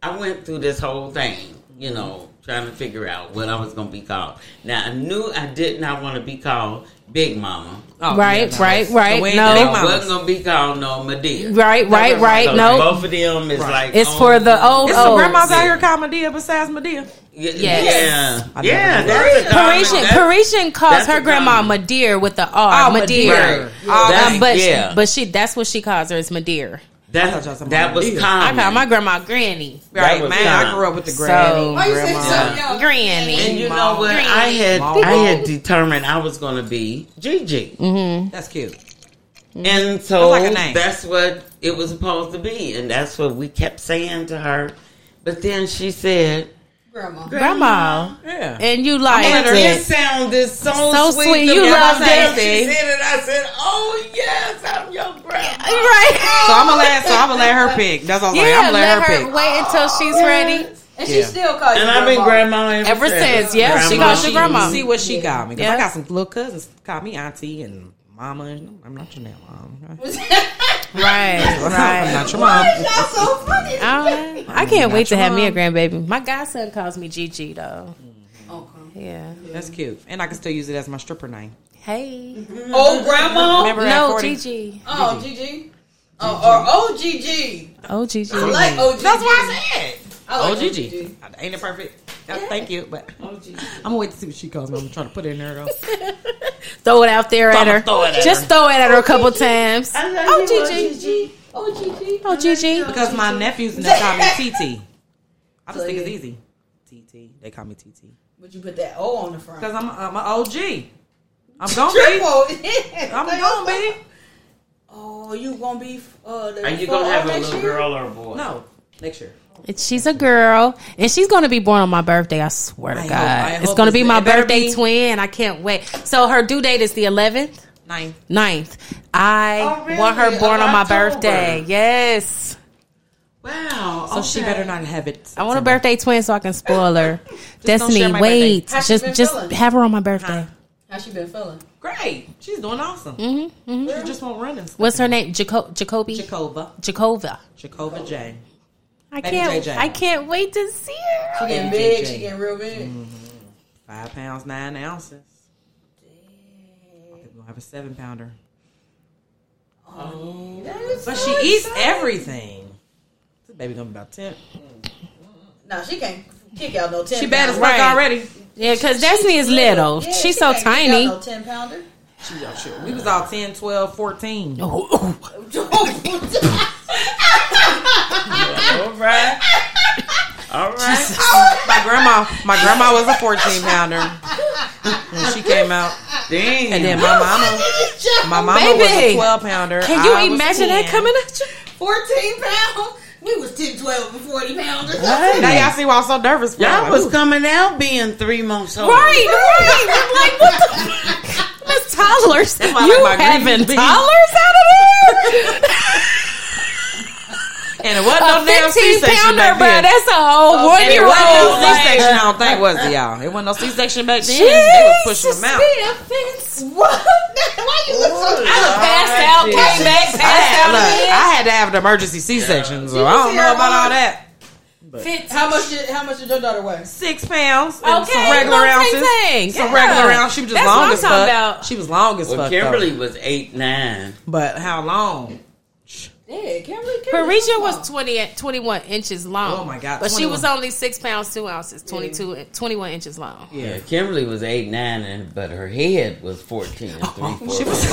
Speaker 4: I went through this whole thing, you know, trying to figure out what I was going to be called. Now, I knew I did not want to be called Big Mama.
Speaker 3: Oh,
Speaker 2: Right,
Speaker 3: yeah,
Speaker 2: right,
Speaker 3: that's
Speaker 2: right.
Speaker 3: the way
Speaker 2: No.
Speaker 3: they
Speaker 4: And
Speaker 3: mamas.
Speaker 4: I wasn't going to be called no Medea.
Speaker 2: Right, right, right.
Speaker 4: So
Speaker 2: No,
Speaker 4: Both of them is like.
Speaker 2: it's
Speaker 4: oh,
Speaker 2: for the old.
Speaker 3: It's
Speaker 2: old.
Speaker 3: some grandmas out here called Medea besides Medea.
Speaker 4: Yeah.
Speaker 2: Yes.
Speaker 4: Yeah,
Speaker 3: I never
Speaker 4: yeah
Speaker 3: knew
Speaker 4: that's a common-
Speaker 2: Parisian,
Speaker 4: that's-
Speaker 2: Parisian calls
Speaker 4: that's
Speaker 2: her
Speaker 4: a
Speaker 2: grandma
Speaker 4: common-
Speaker 2: Madeir with the R.
Speaker 3: Oh,
Speaker 2: Madeir.
Speaker 3: Madeir.
Speaker 4: Right.
Speaker 3: Oh,
Speaker 4: That's-
Speaker 2: Um, but
Speaker 4: yeah.
Speaker 2: but she that's what she calls her is Madeir.
Speaker 3: I thought y'all
Speaker 4: that,
Speaker 3: talking
Speaker 4: that
Speaker 3: about
Speaker 4: was
Speaker 3: Medea.
Speaker 2: I
Speaker 4: common.
Speaker 2: call my grandma Granny.
Speaker 3: Right,
Speaker 4: was
Speaker 3: man. I
Speaker 4: fine.
Speaker 3: grew up with the
Speaker 2: So-
Speaker 3: granny.
Speaker 1: Why you say
Speaker 3: grandma.
Speaker 1: so young?
Speaker 2: Granny.
Speaker 4: And you know what?
Speaker 2: Green.
Speaker 4: I had
Speaker 3: Mama.
Speaker 4: I had determined I was going to be Gigi,
Speaker 3: That's cute.
Speaker 4: and so
Speaker 3: That's like a name.
Speaker 4: that's what it was supposed to be, and that's what we kept saying to her. But then she said,
Speaker 1: Grandma.
Speaker 2: Grandma.
Speaker 3: Yeah.
Speaker 2: And you like
Speaker 4: "It sounded so,
Speaker 2: So
Speaker 4: sweet."
Speaker 2: sweet.
Speaker 4: to
Speaker 2: You
Speaker 4: me."
Speaker 2: love
Speaker 4: I said,
Speaker 2: that.
Speaker 4: She said it. I said, "Oh yes, I'm your grandma."
Speaker 2: Right.
Speaker 3: So I'm gonna let. So I'm gonna let her pick. That's all I'm saying.
Speaker 2: Yeah,
Speaker 3: I'm gonna
Speaker 2: let
Speaker 3: let her,
Speaker 2: her
Speaker 3: pick.
Speaker 2: wait until she's ready.
Speaker 1: And she
Speaker 3: Yeah.
Speaker 1: still calls you
Speaker 4: And
Speaker 1: grandma.
Speaker 4: I've been grandma ever,
Speaker 2: Ever since, yeah. She
Speaker 4: Grandma.
Speaker 2: calls you grandma.
Speaker 3: See what she got me. 'Cause
Speaker 2: Yeah.
Speaker 3: I got some little cousins call me auntie and mama. And I'm not your damn mom.
Speaker 2: Right,
Speaker 3: I'm
Speaker 2: right.
Speaker 3: not your mom.
Speaker 1: That's so funny.
Speaker 2: I, I can't wait to
Speaker 3: your
Speaker 2: have me a
Speaker 3: mom.
Speaker 2: grandbaby. My godson calls me Gigi though.
Speaker 1: Okay.
Speaker 2: Yeah.
Speaker 3: That's cute. And I can still use it as my stripper name.
Speaker 2: Hey.
Speaker 1: Oh, grandma.
Speaker 3: Remember at
Speaker 2: No,
Speaker 3: 40?
Speaker 2: Gigi.
Speaker 1: Oh, GG. Oh, or OGG.
Speaker 2: Oh, Gigi.
Speaker 1: I like OGG.
Speaker 3: That's why I said.
Speaker 1: I
Speaker 3: Oh,
Speaker 1: like
Speaker 3: Gigi. Ain't it perfect? Yeah, Thank you. But I'm gonna wait to see what she calls me. I'm gonna try to put it in there though.
Speaker 2: Throw it out there at
Speaker 4: I'ma
Speaker 2: her.
Speaker 4: throw it at
Speaker 2: Just
Speaker 4: her.
Speaker 2: throw it at her a couple times. Oh, Gigi.
Speaker 1: OGG. OGG.
Speaker 2: Oh, Gigi.
Speaker 3: Because my nephews now call me TT. I just think it's easy. TT. They call me TT.
Speaker 1: But you put that O on the front.
Speaker 3: Because I'm I'm an OG. I'm gonna be.
Speaker 1: Triple.
Speaker 3: I'm gonna be.
Speaker 1: Oh, you gonna be? Uh, the
Speaker 4: Are you
Speaker 1: full
Speaker 4: gonna have a
Speaker 1: next
Speaker 4: little
Speaker 1: year?
Speaker 4: girl or a boy?
Speaker 3: No, next year.
Speaker 2: And She's a girl, and she's going to be born on my birthday. I swear to
Speaker 3: I hope-
Speaker 2: God,
Speaker 3: I
Speaker 2: it's
Speaker 3: hope
Speaker 2: going to be
Speaker 3: it's-
Speaker 2: my
Speaker 3: it better
Speaker 2: birthday
Speaker 3: be-
Speaker 2: twin. I can't wait. So her due date is the 11th,
Speaker 3: Nine.
Speaker 2: 9th. I
Speaker 4: Oh, really?
Speaker 2: want her born
Speaker 4: Of
Speaker 2: on my
Speaker 4: October.
Speaker 2: birthday. Yes,
Speaker 4: Wow.
Speaker 3: So she better not have it.
Speaker 2: I want a birthday twin so I can spoil her.
Speaker 3: share
Speaker 2: Destiny,
Speaker 3: my
Speaker 2: wait,
Speaker 3: birthday.
Speaker 1: How's she
Speaker 2: just
Speaker 1: been
Speaker 2: just
Speaker 1: feeling?
Speaker 2: have her on my birthday.
Speaker 1: How she been feeling?
Speaker 3: Great. She's doing awesome. Mm-hmm, She just won't run and stuff.
Speaker 2: What's her name? Jaco- Jacoby,
Speaker 3: Jacoba.
Speaker 2: Jacova.
Speaker 3: Jacoba J.
Speaker 2: I
Speaker 3: Baby
Speaker 2: can't.
Speaker 3: JJ.
Speaker 2: I can't wait to see her.
Speaker 1: She getting
Speaker 3: Baby
Speaker 1: big.
Speaker 3: JJ.
Speaker 1: She getting real big.
Speaker 3: Five pounds, nine ounces. We're gonna have a seven pounder. But she eats everything. This baby gonna be about ten.
Speaker 1: No, she can't kick out no ten.
Speaker 3: She bad as
Speaker 1: pounder.
Speaker 3: fuck
Speaker 2: Right.
Speaker 3: already.
Speaker 2: Yeah, because Destiny is little.
Speaker 1: Yeah,
Speaker 2: she's
Speaker 1: she
Speaker 2: so
Speaker 1: can't kick out
Speaker 2: tiny.
Speaker 1: No ten pounder.
Speaker 3: She, oh, shit. We was all 10, 12, 14.
Speaker 2: Oh,
Speaker 4: All right. All right.
Speaker 3: My grandma, my grandma was a fourteen pounder when she came out,
Speaker 4: Damn.
Speaker 3: and then my mama, my mama was a
Speaker 2: Baby.
Speaker 3: twelve pounder.
Speaker 2: Can you
Speaker 3: I was
Speaker 2: imagine that
Speaker 3: 10.
Speaker 2: coming at you?
Speaker 1: Fourteen pound. We was 10, 12, and forty pounders.
Speaker 3: Now y'all see why I'm so nervous. For
Speaker 4: Y'all
Speaker 3: Like,
Speaker 4: was
Speaker 3: ooh.
Speaker 4: coming out being three months
Speaker 3: Oh.
Speaker 4: old.
Speaker 2: Right, right. I'm like, what the fuck? Miss Toddlers.
Speaker 3: why I
Speaker 2: you
Speaker 3: like my
Speaker 2: having
Speaker 3: green beans.
Speaker 2: toddlers out of there?
Speaker 3: and it wasn't
Speaker 2: A
Speaker 3: no damn
Speaker 2: 15
Speaker 3: C-section
Speaker 2: pounder,
Speaker 3: back
Speaker 2: bro.
Speaker 3: then.
Speaker 2: That's a whole one
Speaker 3: And it
Speaker 2: year
Speaker 3: wasn't no
Speaker 2: old.
Speaker 3: C-section.
Speaker 2: Like,
Speaker 3: I don't think was it, y'all. It wasn't no C-section back then.
Speaker 2: Jesus,
Speaker 3: they was pushing them out.
Speaker 2: offense.
Speaker 1: What? Why you look so?
Speaker 2: I done passed out, came back,
Speaker 3: I had,
Speaker 2: passed
Speaker 3: look,
Speaker 2: out.
Speaker 3: I had to have an emergency C-section, so I don't know about all that.
Speaker 2: again.
Speaker 1: How much? Did, how much did your daughter weigh?
Speaker 3: Six pounds and
Speaker 2: Okay,
Speaker 3: some regular
Speaker 2: little
Speaker 3: ounces.
Speaker 2: ting-ting.
Speaker 3: Some
Speaker 2: Yeah.
Speaker 3: regular ounces. She was just
Speaker 2: That's what
Speaker 3: long
Speaker 2: I'm
Speaker 3: as
Speaker 2: talking
Speaker 3: fuck.
Speaker 2: about.
Speaker 3: She was long as
Speaker 4: Well,
Speaker 3: fuck. though.
Speaker 4: Kimberly was eight nine.
Speaker 3: But how long?
Speaker 1: Yeah, Kimberly. Kimberly
Speaker 2: Parisha was 20, at- 21 inches long.
Speaker 3: Oh, my God,
Speaker 2: But she was
Speaker 3: 21.
Speaker 2: only six pounds two ounces, 22, and 21 inches long.
Speaker 4: Yeah, Kimberly was eight nine, and but her head was fourteen and three quarters.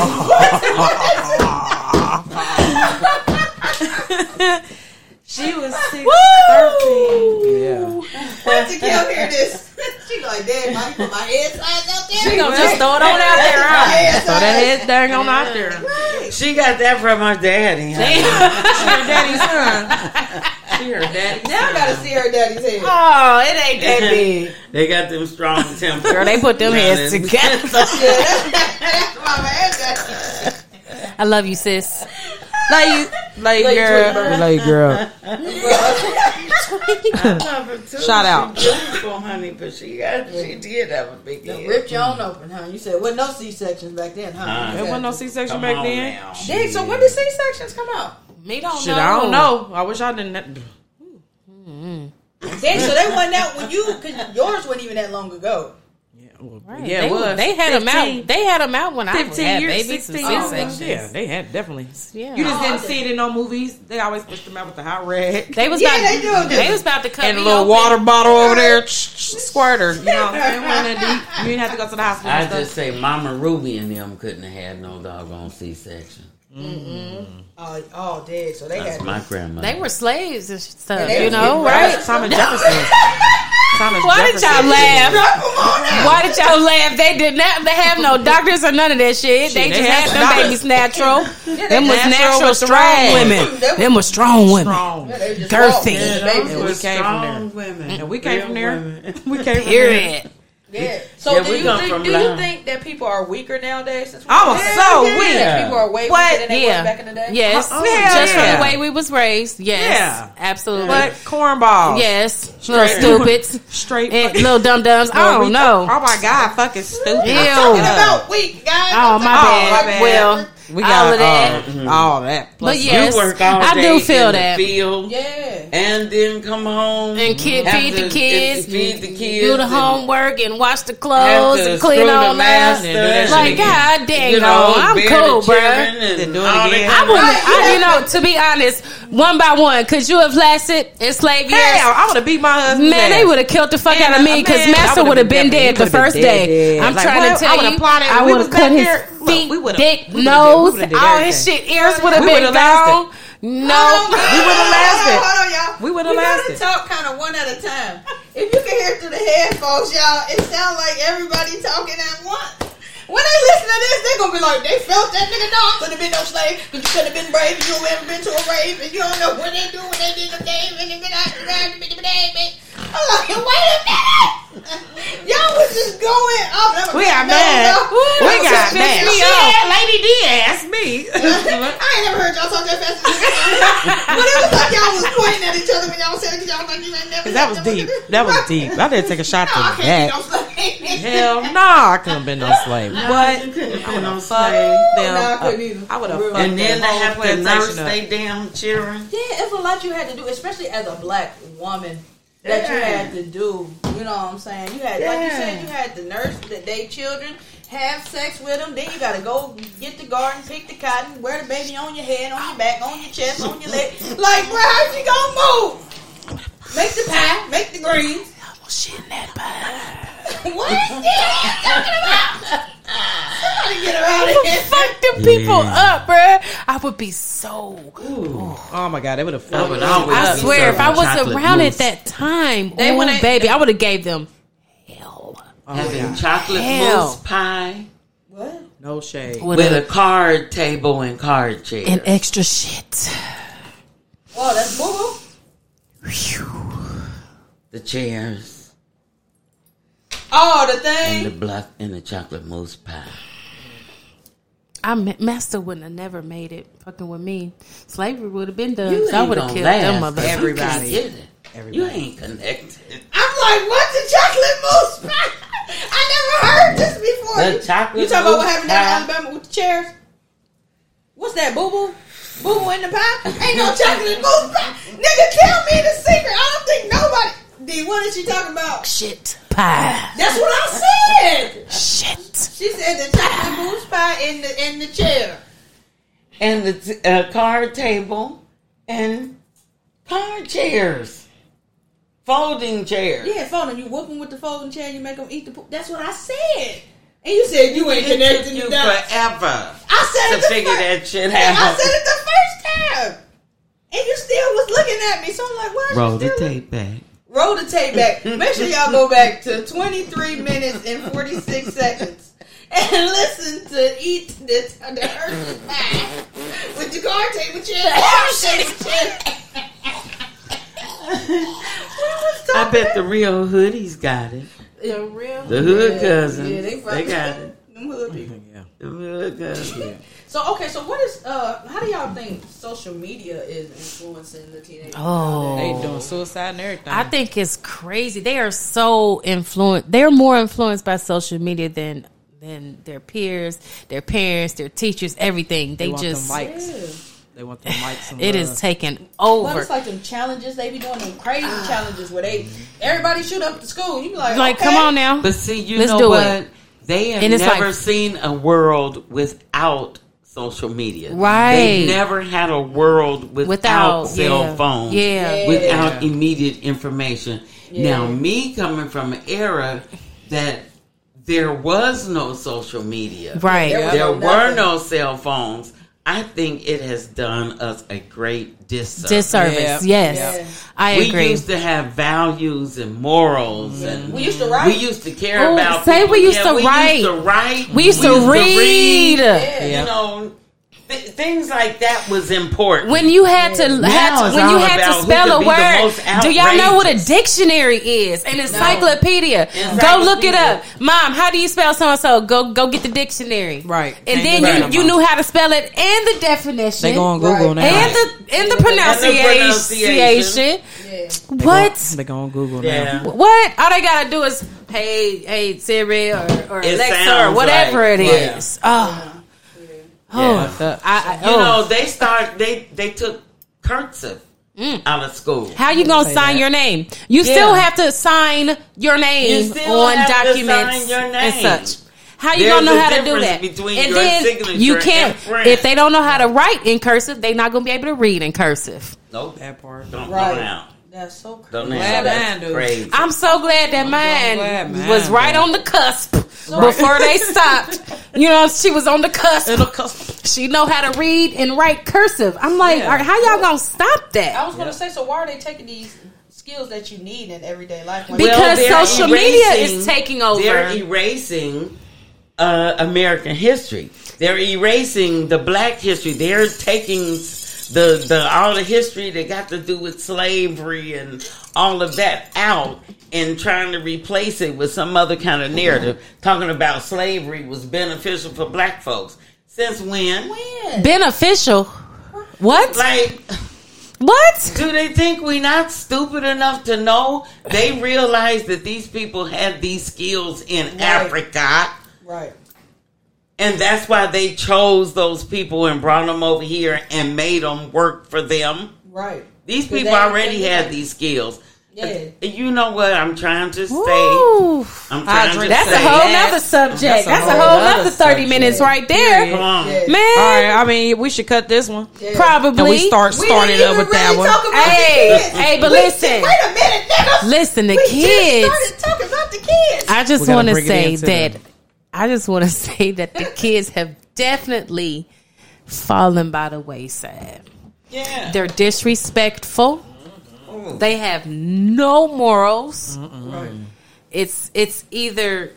Speaker 3: She was six.
Speaker 2: Woo!
Speaker 3: Yeah.
Speaker 1: Wait till Kim hear this. she like, damn, I put my head size out there.
Speaker 2: She gonna just throw it on out there, huh?
Speaker 1: Head
Speaker 3: So that
Speaker 1: size.
Speaker 3: head dang on out there.
Speaker 4: She got that from her daddy. huh?
Speaker 3: Her daddy's son. She her daddy.
Speaker 1: Now I gotta see her daddy's head.
Speaker 2: Oh, it ain't that big.
Speaker 4: they got them strong tempers.
Speaker 2: Girl, they put them heads together.
Speaker 1: That's my man's daddy.
Speaker 2: I love you, sis. Love you,
Speaker 3: Lay girl. Lay girl. Shout out.
Speaker 4: Beautiful, honey, but she got she did have a big
Speaker 1: Done
Speaker 4: head.
Speaker 1: Ripped your own open, huh? You said, well, no C-sections back then, huh?
Speaker 4: Uh,
Speaker 3: There
Speaker 1: Exactly.
Speaker 3: wasn't no C section
Speaker 4: Come
Speaker 3: back
Speaker 4: on
Speaker 3: then.
Speaker 4: now.
Speaker 1: Dang, so when did C-sections come out?
Speaker 2: Me don't
Speaker 3: Shit, I don't know. I wish I didn't.
Speaker 1: Dang, so they wasn't out when you, cause yours wasn't even that long ago.
Speaker 3: Yeah, well,
Speaker 2: Right.
Speaker 3: yeah,
Speaker 2: they,
Speaker 3: it was.
Speaker 2: They had
Speaker 3: 15
Speaker 2: them out. They had them out when I was
Speaker 3: 15
Speaker 2: had
Speaker 3: years,
Speaker 2: baby
Speaker 3: 16
Speaker 2: 16
Speaker 3: years.
Speaker 2: section.
Speaker 3: Yeah, they had definitely.
Speaker 2: Yeah.
Speaker 3: You just
Speaker 1: Oh,
Speaker 3: didn't
Speaker 1: okay.
Speaker 3: see it in no movies. They always pushed them out with the hot rag
Speaker 2: They was
Speaker 1: Yeah,
Speaker 2: about,
Speaker 1: they do do.
Speaker 2: They was about to cut
Speaker 3: and a
Speaker 2: me
Speaker 3: little
Speaker 2: open.
Speaker 3: water bottle over there, squirter. You know, they didn't want that deep. You didn't have to go to the hospital.
Speaker 4: I
Speaker 3: and stuff.
Speaker 4: just say Mama Ruby and them couldn't have had no doggone C section.
Speaker 1: Oh, oh, dang, so they
Speaker 4: That's
Speaker 1: had
Speaker 4: my grandmother.
Speaker 2: They were slaves and stuff.
Speaker 1: they
Speaker 2: You
Speaker 1: was getting
Speaker 2: know, right?
Speaker 1: robbed.
Speaker 3: Thomas Jefferson. Thomas
Speaker 2: Why did
Speaker 3: Jefferson.
Speaker 2: y'all laugh? Why did y'all laugh? They did not. They have no doctors or none of that shit. they
Speaker 3: they
Speaker 2: just had
Speaker 3: had
Speaker 2: them
Speaker 3: doctors.
Speaker 2: babies natural. them was
Speaker 3: natural
Speaker 2: natural
Speaker 3: with the
Speaker 2: strong
Speaker 3: rags.
Speaker 2: women. Them was strong women.
Speaker 3: Strong.
Speaker 1: They just
Speaker 2: Girthy.
Speaker 1: walked in,
Speaker 2: Yeah,
Speaker 1: baby.
Speaker 3: those were- we came from there.
Speaker 4: strong women.
Speaker 3: And we came
Speaker 4: Real
Speaker 3: from there.
Speaker 4: women.
Speaker 3: We came from there.
Speaker 2: Period.
Speaker 1: Yeah. So
Speaker 4: Yeah,
Speaker 1: do
Speaker 4: we
Speaker 1: you
Speaker 4: come
Speaker 1: think
Speaker 4: from
Speaker 1: do you
Speaker 4: Lyme.
Speaker 1: think that people are weaker nowadays? Since we-
Speaker 3: I was
Speaker 1: Yeah,
Speaker 3: so
Speaker 1: yeah.
Speaker 3: weak.
Speaker 1: That People are way
Speaker 3: What?
Speaker 1: weaker than they
Speaker 2: Yeah.
Speaker 1: was back in the day.
Speaker 2: Yes.
Speaker 3: Uh-uh.
Speaker 2: Just from
Speaker 3: Yeah.
Speaker 2: the way we was raised. Yes.
Speaker 3: Yeah.
Speaker 2: Absolutely.
Speaker 3: But cornballs.
Speaker 2: Yes. Little stupids.
Speaker 3: Straight.
Speaker 2: and
Speaker 3: fucking-
Speaker 2: little dum dums. I don't know.
Speaker 3: Oh my god, fucking stupid.
Speaker 2: Ew.
Speaker 1: Talking about weak guys.
Speaker 2: Oh my
Speaker 3: my
Speaker 2: bad.
Speaker 3: bad.
Speaker 2: Well,
Speaker 3: We
Speaker 2: all
Speaker 3: got
Speaker 2: of that.
Speaker 3: all, mm-hmm. all that.
Speaker 2: but
Speaker 3: Plus,
Speaker 2: yes,
Speaker 4: You work all
Speaker 2: I
Speaker 4: day
Speaker 2: do feel
Speaker 4: in the
Speaker 2: that.
Speaker 4: field
Speaker 1: Yeah.
Speaker 4: and then come home
Speaker 2: And kid,
Speaker 4: have
Speaker 2: feed
Speaker 4: to-
Speaker 2: the kids,
Speaker 4: feed the kids,
Speaker 2: do the
Speaker 4: and-
Speaker 2: homework, and wash the clothes,
Speaker 4: Have to
Speaker 2: and clean
Speaker 4: screw the
Speaker 2: all that.
Speaker 4: master and-
Speaker 2: Like, god dang,
Speaker 4: you know,
Speaker 2: I'm
Speaker 4: bear
Speaker 2: cool,
Speaker 4: the
Speaker 2: bruh.
Speaker 4: children and
Speaker 3: Then do it
Speaker 4: all that
Speaker 3: again.
Speaker 2: I
Speaker 4: kind
Speaker 2: would, I, you know, to be honest, one by one, could you have lasted in slave years?
Speaker 3: hell, I would have beat my husband.
Speaker 2: Man, they would have killed the fuck
Speaker 3: Man,
Speaker 2: out of me because
Speaker 3: uh, man, I
Speaker 2: Master
Speaker 3: would've
Speaker 2: would have
Speaker 3: been
Speaker 2: been dead
Speaker 3: dead.
Speaker 2: the first
Speaker 3: He would've been
Speaker 2: day.
Speaker 3: dead.
Speaker 2: I'm
Speaker 3: Like,
Speaker 2: trying
Speaker 3: what? I
Speaker 2: to tell
Speaker 3: would've
Speaker 2: you,
Speaker 3: plotted.
Speaker 2: I
Speaker 3: We
Speaker 2: would
Speaker 3: was
Speaker 2: have
Speaker 3: back
Speaker 2: cut his
Speaker 3: there. Look,
Speaker 2: feet,
Speaker 3: we would've-
Speaker 2: dick,
Speaker 3: we would've did- we
Speaker 2: nose,
Speaker 3: would've did
Speaker 2: all his
Speaker 3: everything.
Speaker 2: shit, ears would have
Speaker 3: We
Speaker 2: been
Speaker 3: would've lasted. Um,
Speaker 2: gone. No,
Speaker 3: We would have lasted.
Speaker 1: Hold on, y'all.
Speaker 3: We would've
Speaker 1: We
Speaker 3: lasted.
Speaker 1: gotta talk kind of one at a time. If you can hear through the headphones, y'all, it sounds like everybody talking at once. When they listen to this, they're gonna be like, they felt that nigga. No, I couldn't have been no slave, but you couldn't have been brave. You ever been to a rave, and you don't know what they do when they did the game, and they been out around the baby. I'm like, wait a minute. Y'all was just going up. That was-
Speaker 3: We got
Speaker 1: no,
Speaker 3: mad.
Speaker 1: no.
Speaker 3: We got
Speaker 1: Shit,
Speaker 3: mad.
Speaker 1: shit.
Speaker 3: lady did ask me.
Speaker 1: I ain't never heard y'all talk that fast. but it was like y'all was pointing at each other when y'all said it. 'cause Y'all was like you ain't never.
Speaker 3: that was deep. That was deep. I didn't take a shot to
Speaker 1: No, I
Speaker 3: that.
Speaker 1: can't be no slave.
Speaker 3: Hell no, I couldn't have been no slave.
Speaker 4: of- You
Speaker 3: But
Speaker 4: couldn't have no
Speaker 3: fuck
Speaker 4: slave.
Speaker 3: them.
Speaker 1: Nah, I couldn't
Speaker 3: up.
Speaker 1: either.
Speaker 3: I would have
Speaker 1: Really.
Speaker 3: fucked
Speaker 4: And
Speaker 3: that
Speaker 4: then they
Speaker 3: whole
Speaker 4: have to
Speaker 3: plantation
Speaker 4: nurse
Speaker 3: up.
Speaker 4: they damn children.
Speaker 1: Yeah, it's a lot you had to do, especially as a black woman. That you
Speaker 4: Yeah.
Speaker 1: had to do, you know what I'm saying? You had, like you said, you had to nurse the day children, have sex with them, then you gotta go get the garden, pick the cotton, wear the baby on your head, on your back, on your chest, on your leg. Like, bro, how you gonna move? Make the pie, make the greens.
Speaker 2: Oh,
Speaker 1: What is that talking about? Somebody get her out of here.
Speaker 2: fuck them people up, bruh. I would be so.
Speaker 3: Oh my god, they would have
Speaker 4: I
Speaker 3: fucked.
Speaker 4: would
Speaker 3: me up.
Speaker 4: always
Speaker 2: I
Speaker 4: be
Speaker 2: swear, if I
Speaker 4: serving
Speaker 2: was
Speaker 4: chocolate
Speaker 2: around
Speaker 4: mousse.
Speaker 2: at that time,
Speaker 1: They
Speaker 2: ooh,
Speaker 1: wanna-
Speaker 2: baby, I would have gave them hell.
Speaker 3: Oh, my
Speaker 4: having
Speaker 3: God.
Speaker 4: chocolate
Speaker 2: Hell.
Speaker 4: mousse pie
Speaker 1: What?
Speaker 3: No shade.
Speaker 2: With
Speaker 4: with
Speaker 2: a-
Speaker 4: a card table and card chair.
Speaker 2: and extra shit.
Speaker 1: Whoa, Oh, that's boo boo.
Speaker 4: the chairs
Speaker 1: Oh, the
Speaker 4: and the
Speaker 1: thing.
Speaker 4: black and the chocolate mousse pie.
Speaker 2: I ma- master wouldn't have never made it fucking with me. Slavery would have been done.
Speaker 4: You
Speaker 2: 'cause I
Speaker 4: ain't
Speaker 2: would have
Speaker 4: gonna
Speaker 2: killed
Speaker 4: last.
Speaker 2: them motherfuckers.
Speaker 3: Everybody.
Speaker 4: You can't get it. You
Speaker 3: Everybody.
Speaker 4: ain't connected.
Speaker 1: I'm like, what the chocolate mousse pie? I never heard this before.
Speaker 4: The
Speaker 1: You-
Speaker 4: chocolate
Speaker 1: You talking about what happened down in
Speaker 4: mousse pie.
Speaker 1: Alabama with the chairs? What's that, boo boo? Boo boo in the pie? Ain't no chocolate mousse pie. Nigga, tell me the secret. I don't think nobody. D, what is she talking about?
Speaker 2: Shit pie.
Speaker 1: That's what I said.
Speaker 2: Shit.
Speaker 1: She said the chocolate mousse pie in the in the chair.
Speaker 4: and the t- uh, card table and card chairs, folding chairs.
Speaker 1: Yeah, folding. You whoop them with the folding chair. You make them eat the. Po- That's what I said. And you said you ain't
Speaker 4: It took
Speaker 1: connecting
Speaker 4: you
Speaker 1: the dots.
Speaker 4: forever
Speaker 1: I said
Speaker 4: to
Speaker 1: it the
Speaker 4: figure
Speaker 1: fir-
Speaker 4: that shit
Speaker 1: And I
Speaker 4: out.
Speaker 1: said it the first time. And you still was looking at me, so I'm like, why? is you
Speaker 4: Roll the
Speaker 1: still-
Speaker 4: tape back.
Speaker 1: Roll the tape back. Make sure y'all go back to 23 minutes and 46 seconds and listen to eat this the Hershey pie with the card tape with your Hershey's chip.
Speaker 4: I bet the real hoodies got it.
Speaker 1: The real
Speaker 4: The hood cousins.
Speaker 1: Yeah, they
Speaker 4: they,
Speaker 1: probably
Speaker 4: got it.
Speaker 1: Them hood people.
Speaker 4: The hood cousins.
Speaker 1: So okay, so what is uh? How do y'all think social media is influencing the teenagers?
Speaker 2: Oh.
Speaker 3: They doing suicide and everything.
Speaker 2: I think it's crazy. They are so influenced. They're more influenced by social media than than their peers, their parents, their teachers, everything. They,
Speaker 3: they want
Speaker 2: just
Speaker 3: them
Speaker 2: it
Speaker 3: likes. They want them likes. And
Speaker 2: is
Speaker 3: love.
Speaker 2: taken
Speaker 1: Well,
Speaker 2: over.
Speaker 1: it's like them challenges they be doing them crazy challenges where they everybody shoot up the school. You be like,
Speaker 2: Ah. Like,
Speaker 1: okay.
Speaker 2: come on now.
Speaker 4: But see, you
Speaker 2: Let's
Speaker 4: know
Speaker 2: do
Speaker 4: what?
Speaker 2: it.
Speaker 4: They have
Speaker 2: And it's
Speaker 4: never
Speaker 2: like-
Speaker 4: seen a world without social media.
Speaker 2: Right.
Speaker 4: They never had a world without,
Speaker 2: Without
Speaker 4: cell
Speaker 2: yeah.
Speaker 4: phones.
Speaker 2: Yeah.
Speaker 1: Yeah.
Speaker 4: Without immediate information. Now, me coming from an era that there was no social media.
Speaker 2: Right.
Speaker 1: There was-
Speaker 4: There
Speaker 1: no
Speaker 4: were
Speaker 1: nothing.
Speaker 4: no cell phones. I think it has done us a great disservice.
Speaker 2: Disservice.
Speaker 3: Yeah.
Speaker 2: Yes.
Speaker 1: Yeah.
Speaker 2: I
Speaker 4: we
Speaker 2: agree.
Speaker 4: used to have values and morals and
Speaker 1: We used to write.
Speaker 4: we used to care
Speaker 2: Oh,
Speaker 4: about.
Speaker 2: say we
Speaker 4: people.
Speaker 2: used
Speaker 4: Yeah,
Speaker 2: to
Speaker 4: we
Speaker 2: write.
Speaker 4: Used to write.
Speaker 2: we used to read.
Speaker 1: Yeah.
Speaker 4: You know, th- things like that was important.
Speaker 2: When you had to,
Speaker 4: Now
Speaker 2: had to
Speaker 4: it's
Speaker 2: when you
Speaker 4: all
Speaker 2: had
Speaker 4: about
Speaker 2: to
Speaker 4: who
Speaker 2: spell
Speaker 4: could
Speaker 2: a
Speaker 4: be the most
Speaker 2: word, do y'all know what a
Speaker 4: outrageous.
Speaker 2: dictionary is? An encyclopedia. Go look it up, Mom. How do you spell so and so? Go go get the dictionary.
Speaker 3: Right.
Speaker 2: and
Speaker 3: Can't
Speaker 2: then you
Speaker 3: do that no
Speaker 2: you
Speaker 3: more.
Speaker 2: knew how to spell it and the definition.
Speaker 3: They go on Google
Speaker 1: Right.
Speaker 3: now.
Speaker 2: and the and the pronunciation.
Speaker 4: pronunciation.
Speaker 1: Yeah.
Speaker 3: They go-
Speaker 2: What?
Speaker 3: They go on Google now.
Speaker 4: yeah,
Speaker 2: What? All they gotta do is hey hey Siri or, or
Speaker 4: It
Speaker 2: Alexa or
Speaker 4: sounds
Speaker 2: whatever
Speaker 4: like-
Speaker 2: it
Speaker 4: yeah.
Speaker 2: is. Oh,
Speaker 4: Yeah.
Speaker 2: oh, I, I,
Speaker 4: you
Speaker 2: oh.
Speaker 4: know, they start. They they took cursive
Speaker 2: Mm.
Speaker 4: out of school.
Speaker 2: How you gonna
Speaker 3: say
Speaker 2: sign
Speaker 3: that.
Speaker 2: your name? You still have to sign your name
Speaker 4: You still
Speaker 2: on
Speaker 4: have to
Speaker 2: documents
Speaker 4: sign your
Speaker 2: and
Speaker 4: name.
Speaker 2: such. How you
Speaker 4: There's
Speaker 2: gonna know
Speaker 4: a
Speaker 2: how to do
Speaker 4: difference
Speaker 2: that?
Speaker 4: between
Speaker 2: and
Speaker 4: your
Speaker 2: then
Speaker 4: signature
Speaker 2: you can't.
Speaker 4: and print.
Speaker 2: If they don't know how to write in cursive, they're not gonna be able to read in cursive.
Speaker 4: Nope,
Speaker 3: That part.
Speaker 4: don't
Speaker 1: Right.
Speaker 4: know now.
Speaker 1: That's so
Speaker 4: Don't
Speaker 1: crazy.
Speaker 4: know.
Speaker 3: Glad
Speaker 4: That's
Speaker 3: mine do.
Speaker 4: crazy.
Speaker 2: I'm so glad that mine
Speaker 3: glad mine
Speaker 2: was right
Speaker 3: did.
Speaker 2: on the cusp before they stopped. You know, she was on the cusp.
Speaker 3: It'll cost.
Speaker 2: she know how to read and write cursive. I'm like, all
Speaker 3: Yeah.
Speaker 2: right, how y'all gonna stop
Speaker 1: I
Speaker 4: Oh.
Speaker 2: that?
Speaker 1: was gonna say, so why are they taking these skills that you need in everyday life? When
Speaker 4: Well,
Speaker 2: Because
Speaker 4: they're
Speaker 2: social media is
Speaker 4: erasing-
Speaker 2: taking over.
Speaker 4: They're erasing uh, American history. They're erasing the Black history. They're taking the the all the history that got to do with slavery and all of that out and trying to replace it with some other kind of narrative, talking about slavery was beneficial for Black folks. Since when?
Speaker 1: when?
Speaker 2: beneficial. What?
Speaker 4: Like,
Speaker 2: what?
Speaker 4: do they think we not stupid enough to know? They realize that these people had these skills in Africa.
Speaker 1: Right.
Speaker 4: And that's why they chose those people and brought them over here and made them work for them.
Speaker 1: Right.
Speaker 4: These
Speaker 1: Cause
Speaker 4: people
Speaker 1: they-
Speaker 4: already
Speaker 1: they-
Speaker 4: had these skills.
Speaker 1: Yeah.
Speaker 4: And You know what I'm trying to say?
Speaker 2: Ooh.
Speaker 4: I'm trying
Speaker 3: agree.
Speaker 4: to
Speaker 2: That's a
Speaker 4: say.
Speaker 2: whole nother subject. That's, a whole nother thirty
Speaker 3: subject.
Speaker 2: minutes right there,
Speaker 4: Come on.
Speaker 1: Yeah.
Speaker 2: man.
Speaker 3: All right. I mean, we should cut this one.
Speaker 1: Yeah.
Speaker 2: Probably.
Speaker 3: And we start
Speaker 1: We
Speaker 3: started
Speaker 1: didn't
Speaker 3: up
Speaker 1: even
Speaker 3: with that
Speaker 1: really
Speaker 3: one.
Speaker 1: talk about
Speaker 2: Hey,
Speaker 1: the kids.
Speaker 2: hey, but
Speaker 1: We-
Speaker 2: listen.
Speaker 1: Wait a minute, nigga.
Speaker 2: Listen, the
Speaker 1: we
Speaker 2: kids.
Speaker 1: Just started talking about the kids.
Speaker 2: I just
Speaker 3: We gotta
Speaker 2: want to
Speaker 3: bring it
Speaker 2: say
Speaker 3: into
Speaker 2: that
Speaker 3: them.
Speaker 2: I just want to say that the kids have definitely fallen by the wayside.
Speaker 4: Yeah.
Speaker 2: They're disrespectful. They have no morals. Mm. It's it's either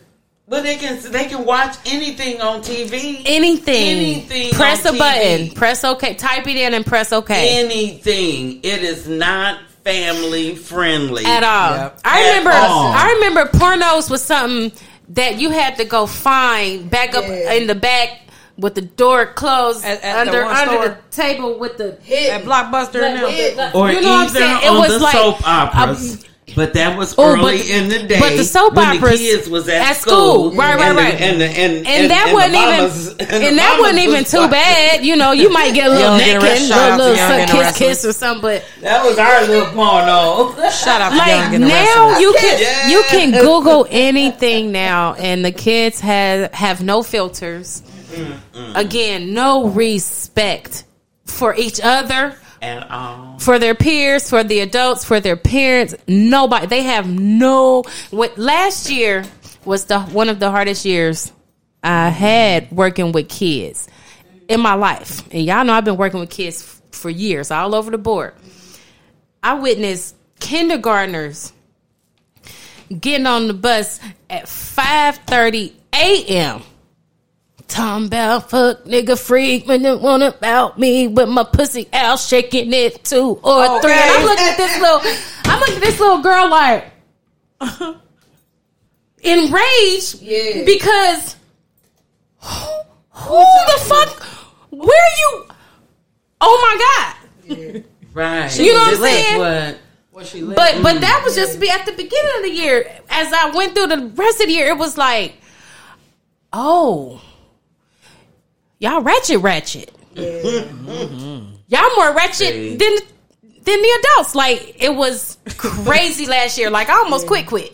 Speaker 4: But they can they can watch anything on TV.
Speaker 2: anything.
Speaker 4: Anything
Speaker 2: press a
Speaker 4: on TV.
Speaker 2: button. Press okay. Type it in and press okay.
Speaker 4: Anything. It is not family friendly.
Speaker 2: at all.
Speaker 3: Yep.
Speaker 2: I
Speaker 4: At
Speaker 2: remember
Speaker 4: all.
Speaker 2: I remember pornos was something that you had to go find back up
Speaker 1: Yeah.
Speaker 2: in the back with the door closed
Speaker 3: At- at the
Speaker 2: under
Speaker 3: one
Speaker 2: under
Speaker 3: store.
Speaker 2: the table with the
Speaker 3: At Blockbuster and them.
Speaker 4: Or
Speaker 2: you know what I'm
Speaker 4: either
Speaker 2: saying? It
Speaker 4: on
Speaker 2: was
Speaker 4: the
Speaker 2: like um,
Speaker 4: soap operas. but that was
Speaker 2: Oh, but
Speaker 4: early
Speaker 2: the-
Speaker 4: in the day.
Speaker 2: but the soap
Speaker 4: when
Speaker 2: operas
Speaker 4: the kids was at,
Speaker 2: at school. Right, right,
Speaker 4: and the-
Speaker 2: right.
Speaker 4: And, the, and, and,
Speaker 2: and that
Speaker 4: and the
Speaker 2: wasn't
Speaker 4: mamas-
Speaker 2: even and,
Speaker 4: the
Speaker 2: that
Speaker 4: mamas
Speaker 2: wasn't even
Speaker 4: was
Speaker 2: too
Speaker 4: like-
Speaker 2: bad. You know, you might get a little
Speaker 3: Young Getting
Speaker 2: naked,
Speaker 3: Rest- shout
Speaker 2: little,
Speaker 3: out to
Speaker 2: little
Speaker 3: Young
Speaker 2: suck,
Speaker 3: Getting
Speaker 2: kiss,
Speaker 3: Rest.
Speaker 2: kiss or something. But
Speaker 4: That was our little porno.
Speaker 3: Shout out to Young
Speaker 2: like
Speaker 3: and the rest
Speaker 2: now
Speaker 3: of us.
Speaker 2: you can
Speaker 4: Yes.
Speaker 2: you can Google anything now, and the kids have have no filters.
Speaker 3: Mm-hmm.
Speaker 2: Again, no respect for each other,
Speaker 4: at all.
Speaker 2: for their peers, for the adults, for their parents. Nobody. They have no. What last year was the one of the hardest years I had working with kids in my life, and y'all know I've been working with kids f- for years, all over the board. I witnessed kindergartners getting on the bus at five thirty a.m. Tom Bell, fuck nigga freak, when it want about me with my pussy out shaking it two or three. And I'm looking at this little, I'm looking at this little girl like enraged
Speaker 1: Yeah.
Speaker 2: because who, who the fuck? Where you? Oh my god!
Speaker 4: Right.
Speaker 2: You know what I'm
Speaker 4: This is
Speaker 2: saying?
Speaker 4: What,
Speaker 3: What she lit?
Speaker 2: But but that was just be at the beginning of the year. As I went through the rest of the year, it was like, oh, y'all ratchet, ratchet. Y'all more ratchet than than the adults. Like it was crazy last year. Like I almost quit, quit.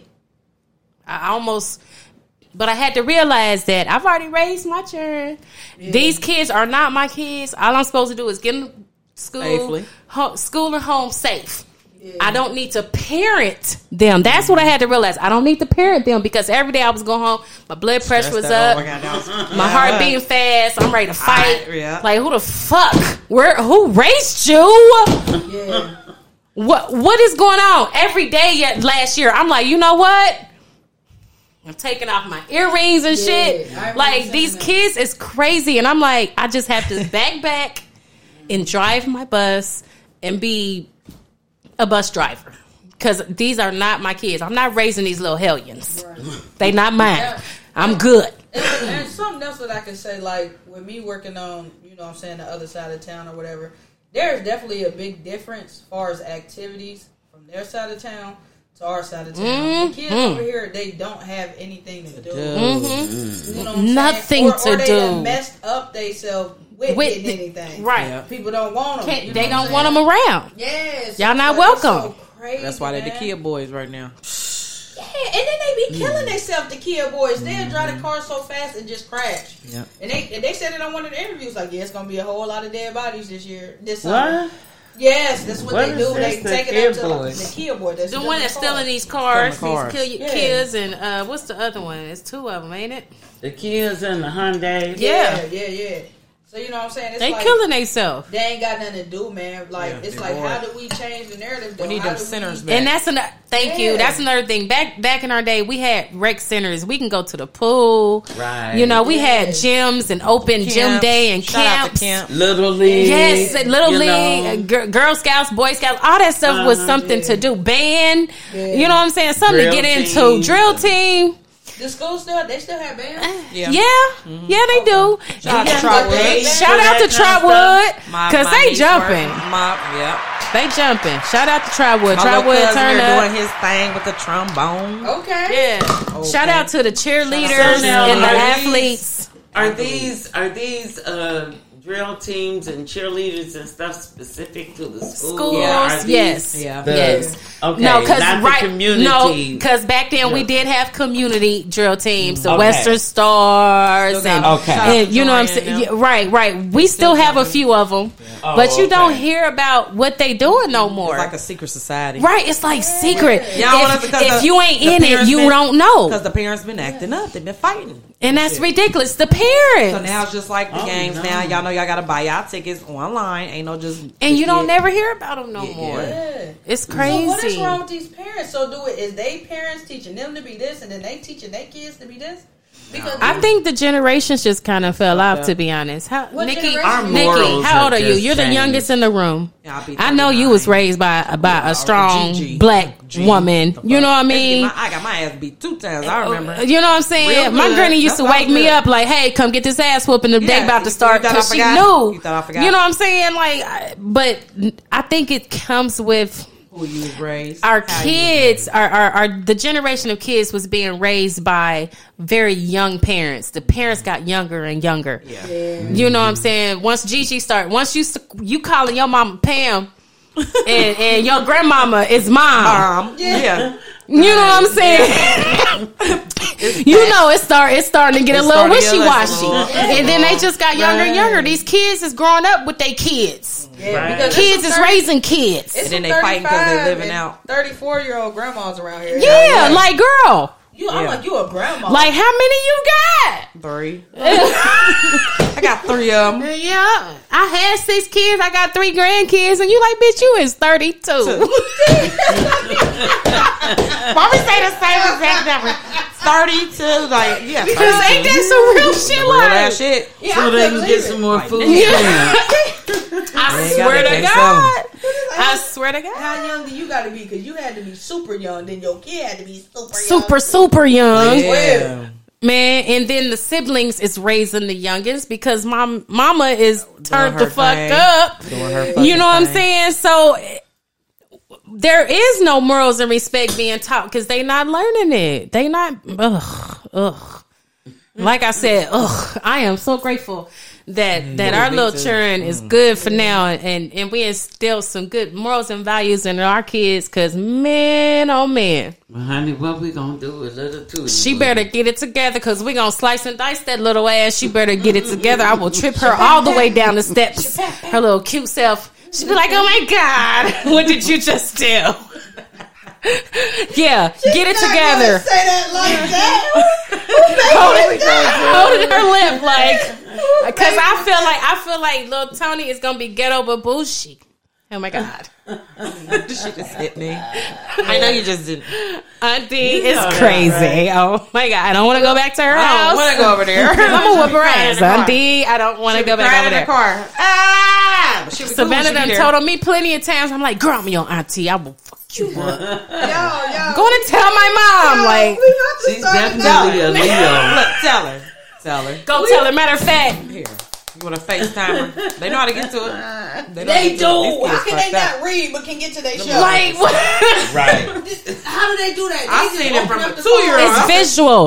Speaker 2: I almost. But I had to realize that I've already raised my children. These kids are not my kids. All I'm supposed to do is get them to school,
Speaker 3: Safely.
Speaker 2: ho- school and home safe. I don't need to parent them. That's what I had to realize. I don't need to parent them because every day I was going home, my blood pressure was up, my heart beating fast. I'm ready to fight.
Speaker 3: I- yeah.
Speaker 2: Like who the fuck? Where? Who raised you?
Speaker 1: Yeah.
Speaker 2: What? What is going on? Every day yet last year, I'm like, you know what? I'm taking off my earrings and
Speaker 1: Yeah, I
Speaker 2: shit.
Speaker 1: remember
Speaker 2: Like
Speaker 1: saying
Speaker 2: these
Speaker 1: that.
Speaker 2: kids is crazy, and I'm like, I just have to back back and drive my bus and be a bus driver because these are not my kids. I'm not raising these little hellions. They not mine.
Speaker 1: Yeah.
Speaker 2: I'm good.
Speaker 1: and, and something else that I can say, like with me working on, you know, what I'm saying the other side of town or whatever, there's definitely a big difference as far as activities from their side of town to our side of town. The kids
Speaker 2: Mm-hmm.
Speaker 1: over here, they don't have anything to do. You know what I'm saying?
Speaker 2: Nothing
Speaker 1: or, or
Speaker 2: to
Speaker 1: they
Speaker 2: do.
Speaker 1: done Messed up themselves with,
Speaker 2: With
Speaker 1: getting
Speaker 2: the-
Speaker 1: anything.
Speaker 2: Right.
Speaker 3: Yeah.
Speaker 1: People don't want them.
Speaker 2: Can't- they don't want them around.
Speaker 1: Yes.
Speaker 2: Y'all not
Speaker 1: Like, it's
Speaker 2: welcome.
Speaker 1: So crazy,
Speaker 3: That's why they're the
Speaker 1: man.
Speaker 3: kid boys right now.
Speaker 1: Yeah, and then they be killing themselves, the Kia boys.
Speaker 4: Mm-hmm.
Speaker 1: They'll drive the car so fast and just crash.
Speaker 3: Yep.
Speaker 1: And they and they said it on one of the interviews, like, yeah, it's gonna be a whole lot of dead bodies this year. This summer.
Speaker 4: what?
Speaker 1: Yes, that's what,
Speaker 4: What
Speaker 1: they
Speaker 4: is
Speaker 1: do.
Speaker 4: this,
Speaker 1: They
Speaker 4: the
Speaker 1: take it
Speaker 4: Kia
Speaker 1: up to like,
Speaker 4: boys?
Speaker 1: the Kia boy. That's
Speaker 2: The
Speaker 1: just
Speaker 2: one that's
Speaker 1: car.
Speaker 2: stealing these cars,
Speaker 3: Stealing cars.
Speaker 2: these kill,
Speaker 1: Yeah.
Speaker 2: kids, and uh, what's the other one? It's two of them, ain't it?
Speaker 4: The kids and the Hyundai.
Speaker 1: Yeah, yeah, yeah. So you know what I'm saying? It's
Speaker 2: They
Speaker 1: like,
Speaker 2: killing themselves,
Speaker 1: They ain't got nothing to do, man. Like it's
Speaker 3: they
Speaker 1: like,
Speaker 3: bored.
Speaker 1: how do we change the narrative?
Speaker 3: We
Speaker 1: though?
Speaker 3: need
Speaker 1: How
Speaker 3: them
Speaker 1: do we-
Speaker 3: sinners back.
Speaker 2: and that's another. Thank you.
Speaker 1: Yeah.
Speaker 2: That's another thing. Back back in our day, we had rec centers. We can go to the pool.
Speaker 4: Right.
Speaker 2: You know, we had
Speaker 1: Yeah.
Speaker 2: gyms and open gym
Speaker 3: Camps.
Speaker 2: day and
Speaker 3: Shout out
Speaker 2: camps.
Speaker 3: to camp.
Speaker 4: Little League.
Speaker 2: Yes, and Little
Speaker 4: you
Speaker 2: League,
Speaker 4: know,
Speaker 2: uh, gir- Girl Scouts, Boy Scouts, all that stuff was
Speaker 3: Uh-huh.
Speaker 2: something to do. Band,
Speaker 1: Yeah.
Speaker 2: you know what I'm saying? Something
Speaker 4: Drill
Speaker 2: to get into.
Speaker 4: team.
Speaker 2: Drill team.
Speaker 1: The school still they still have bands.
Speaker 2: Yeah,
Speaker 3: Yeah.
Speaker 2: yeah, they do.
Speaker 3: Shout out to
Speaker 2: Yeah.
Speaker 3: Trotwood.
Speaker 2: Shout out to Trotwood because they jumping.
Speaker 3: My, yeah.
Speaker 2: They jumping. Shout out to Trotwood.
Speaker 3: My little
Speaker 2: Trotwood
Speaker 3: cousin
Speaker 2: turn
Speaker 3: here
Speaker 2: up.
Speaker 3: doing his thing with the trombone.
Speaker 1: Okay.
Speaker 2: Yeah. Shout out to the cheerleaders
Speaker 4: Shout out
Speaker 2: and the
Speaker 4: to our
Speaker 2: athletes.
Speaker 4: Are these are these uh, drill teams and cheerleaders and stuff specific to the school?
Speaker 2: Schools,
Speaker 4: Or are these
Speaker 2: yes,
Speaker 3: Yeah.
Speaker 4: the-
Speaker 2: yes.
Speaker 4: Okay.
Speaker 2: no, because
Speaker 4: not
Speaker 2: right,
Speaker 4: the community.
Speaker 2: no, because back then we
Speaker 4: Yeah.
Speaker 2: did have community drill teams, the
Speaker 4: Okay.
Speaker 2: Western Stars,
Speaker 3: Still
Speaker 2: and,
Speaker 3: got-
Speaker 4: Okay.
Speaker 3: shout out
Speaker 2: and
Speaker 3: to
Speaker 2: you know what I'm
Speaker 3: Joanne
Speaker 2: saying.
Speaker 3: now.
Speaker 2: Yeah, right, right. We still have a few of them, but you
Speaker 4: okay.
Speaker 2: don't hear about what they doing no more.
Speaker 3: It's like a secret society.
Speaker 2: right? It's like secret.
Speaker 3: Y'all want us
Speaker 2: if
Speaker 3: to- 'cause
Speaker 2: if
Speaker 3: the-
Speaker 2: you ain't
Speaker 3: the
Speaker 2: in it,
Speaker 3: parents
Speaker 2: you
Speaker 3: been-
Speaker 2: don't know,
Speaker 3: Because the parents been acting up. They've been fighting.
Speaker 2: and that's
Speaker 3: shit.
Speaker 2: ridiculous. The
Speaker 3: So
Speaker 2: parents,
Speaker 3: now it's just like the
Speaker 4: Oh,
Speaker 3: games
Speaker 4: no.
Speaker 3: now. Y'all know y'all got to buy y'all tickets online. Ain't no just.
Speaker 2: and you don't
Speaker 3: Yeah.
Speaker 2: never hear about them no
Speaker 3: Yeah,
Speaker 2: more.
Speaker 3: yeah.
Speaker 1: Yeah.
Speaker 2: It's crazy.
Speaker 1: So what is wrong with these parents? So do it is they parents teaching them to be this, and then they teaching their kids to be this? Because
Speaker 2: I think the generations just kind of fell off, to be honest. How,
Speaker 1: What
Speaker 2: Nikki,
Speaker 1: generation? Our
Speaker 2: Nikki,
Speaker 4: morals
Speaker 2: how old
Speaker 4: have
Speaker 2: are you?
Speaker 4: just
Speaker 2: You're the
Speaker 4: changed.
Speaker 2: youngest in the room.
Speaker 3: Yeah, I'll be
Speaker 2: I know you was
Speaker 3: 39.
Speaker 2: raised by by a strong
Speaker 3: Gigi.
Speaker 2: black
Speaker 3: Gigi.
Speaker 2: woman.
Speaker 3: The fuck?
Speaker 2: You know what I
Speaker 3: They
Speaker 2: mean? Oh,
Speaker 3: get my- I got my ass beat two times. I remember.
Speaker 2: You know what I'm saying?
Speaker 3: Real
Speaker 2: My
Speaker 3: good.
Speaker 2: granny used
Speaker 3: That's
Speaker 2: to
Speaker 3: what I
Speaker 2: wake me
Speaker 3: did.
Speaker 2: up like, "Hey, come get this ass whooping. The day
Speaker 3: Yeah,
Speaker 2: about to
Speaker 3: you
Speaker 2: start."
Speaker 3: thought I
Speaker 2: Because she
Speaker 3: forgot.
Speaker 2: knew.
Speaker 3: You thought I forgot.
Speaker 2: You know what I'm saying? Like, I- but I think it comes with
Speaker 3: Who you was raised?
Speaker 2: our
Speaker 3: how you
Speaker 2: kids are, are, are the generation of kids was being raised by very young parents. The parents got younger and younger.
Speaker 3: Yeah.
Speaker 2: You know what I'm saying? Once Gigi start, once you st- you calling your mama Pam and, and your grandmama is mom.
Speaker 3: Um, yeah.
Speaker 2: You know what I'm saying? you know, it's start it's starting to get
Speaker 3: It's
Speaker 2: a little
Speaker 3: starting to
Speaker 2: wishy
Speaker 3: get a
Speaker 2: washy,
Speaker 3: little-
Speaker 2: and then they just got younger and
Speaker 3: Right.
Speaker 2: younger. These kids is growing up with their kids.
Speaker 1: Yeah,
Speaker 4: Right.
Speaker 1: because
Speaker 2: Kids
Speaker 1: it's
Speaker 2: is
Speaker 1: some 30
Speaker 2: raising kids.
Speaker 1: It's
Speaker 3: And then they fighting 'cause they living out.
Speaker 1: Thirty-four year old grandmas around here.
Speaker 2: Yeah, like girl,
Speaker 1: you, I'm
Speaker 3: Yeah.
Speaker 1: like you a grandma.
Speaker 2: like how many you got?
Speaker 3: Three. I got three of them.
Speaker 2: Yeah, I had six kids. I got three grandkids, and you like, bitch, you is thirty two. Why we say the same exact number?
Speaker 3: 32. Like, yeah. 32.
Speaker 2: Because ain't that some real shit?
Speaker 3: Real ass
Speaker 2: Like,
Speaker 3: shit.
Speaker 1: yeah, I
Speaker 4: so they
Speaker 1: couldn't
Speaker 4: can
Speaker 1: believe
Speaker 4: get
Speaker 1: it.
Speaker 4: some more food.
Speaker 2: Yeah. I
Speaker 3: They got
Speaker 2: swear
Speaker 3: it,
Speaker 2: to
Speaker 3: they
Speaker 2: God, I swear to God,
Speaker 1: How young do you got to be? Because you had to be super young. Then your kid had to be super young.
Speaker 2: super super young.
Speaker 3: Yeah.
Speaker 2: Man, and then the siblings is raising the youngest because my mama is turned the
Speaker 3: her
Speaker 2: fuck
Speaker 3: thing.
Speaker 2: up.
Speaker 3: Doing her fucking
Speaker 2: You know what I'm saying?
Speaker 3: thing.
Speaker 2: So eh, there is no morals and respect being taught because they not learning it. They not ugh ugh. Like I said, ugh. I am so grateful that that our
Speaker 3: Mm-hmm. me
Speaker 2: little
Speaker 3: too. Mm-hmm.
Speaker 2: children is good for now, and and we instill some good morals and values in our kids. Because man, oh man.
Speaker 4: Well, honey, what we gonna do with little two?
Speaker 2: She better get it together because we gonna slice and dice that little ass. She better get it together. I will trip her all the way down the steps. Her little cute self. She be like, "Oh my god, what did you just do?" yeah, get it
Speaker 1: Really
Speaker 2: together.
Speaker 1: say that like that.
Speaker 2: Hold it, hold it in her lip, like, because I feel like I feel like little Tony is gonna be ghetto but bougie. Oh my god,
Speaker 3: She just hit me. I know you just didn't.
Speaker 2: Auntie is crazy. Oh my god, I don't want to go back to her
Speaker 3: I
Speaker 2: house.
Speaker 3: don't want to go over there.
Speaker 2: I'm gonna whip her ass,
Speaker 3: Crying in the car.
Speaker 2: Auntie. I don't want to go back
Speaker 3: Crying
Speaker 2: over
Speaker 3: in the
Speaker 2: there.
Speaker 3: car. Ah! She was
Speaker 2: Savannah
Speaker 3: cool. She
Speaker 2: done
Speaker 3: be there.
Speaker 2: told on me plenty of times. I'm like, girl, I'm your auntie. I will fuck you up.
Speaker 1: Yo, yo.
Speaker 2: Going to tell my mom, like,
Speaker 1: we about to
Speaker 4: She's
Speaker 1: start it
Speaker 4: definitely a Leo.
Speaker 3: Look, tell her. Tell her.
Speaker 2: go tell her. Matter of fact,
Speaker 3: Here. You want to FaceTime her? They know how to get to it. know how to
Speaker 1: They
Speaker 3: get
Speaker 1: do.
Speaker 3: to it.
Speaker 1: How
Speaker 3: These kids
Speaker 1: can they
Speaker 3: fucked up.
Speaker 1: not read but can get to their show?
Speaker 2: like, what?
Speaker 4: Right.
Speaker 1: how do they do that?
Speaker 3: I
Speaker 1: They
Speaker 3: seen
Speaker 1: just
Speaker 3: it from
Speaker 1: open
Speaker 3: a
Speaker 1: up the
Speaker 3: two-year-old.
Speaker 1: phone.
Speaker 2: It's visual.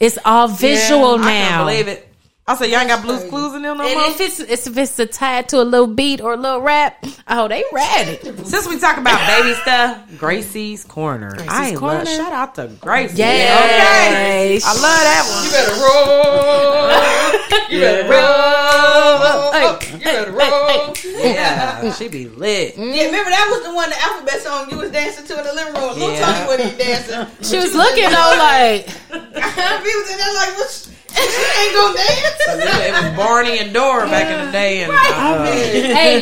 Speaker 2: It's all visual
Speaker 3: Yeah, I can't
Speaker 2: now.
Speaker 3: believe it. I said, y'all ain't got blues clues in them no
Speaker 2: And
Speaker 3: more.
Speaker 2: if it's, it's if it's a tied to a little beat or a little rap, oh, they read it.
Speaker 3: Since we talk about baby stuff, Gracie's Corner. I love-
Speaker 2: Corner.
Speaker 3: shout out to Gracie.
Speaker 2: Yes.
Speaker 3: I love that
Speaker 1: You better roll. You better roll.
Speaker 2: Hey,
Speaker 1: You better roll.
Speaker 3: one. Yeah, she be lit.
Speaker 1: Yeah, remember that was the one, the alphabet song you was dancing to in the living room. Don't
Speaker 3: Yeah.
Speaker 1: tell me what he dancing.
Speaker 2: She was looking though, like,
Speaker 1: People was in there like, what? sh- She ain't gonna dance.
Speaker 3: It was Barney and Dora back in the day, and uh,
Speaker 2: hey,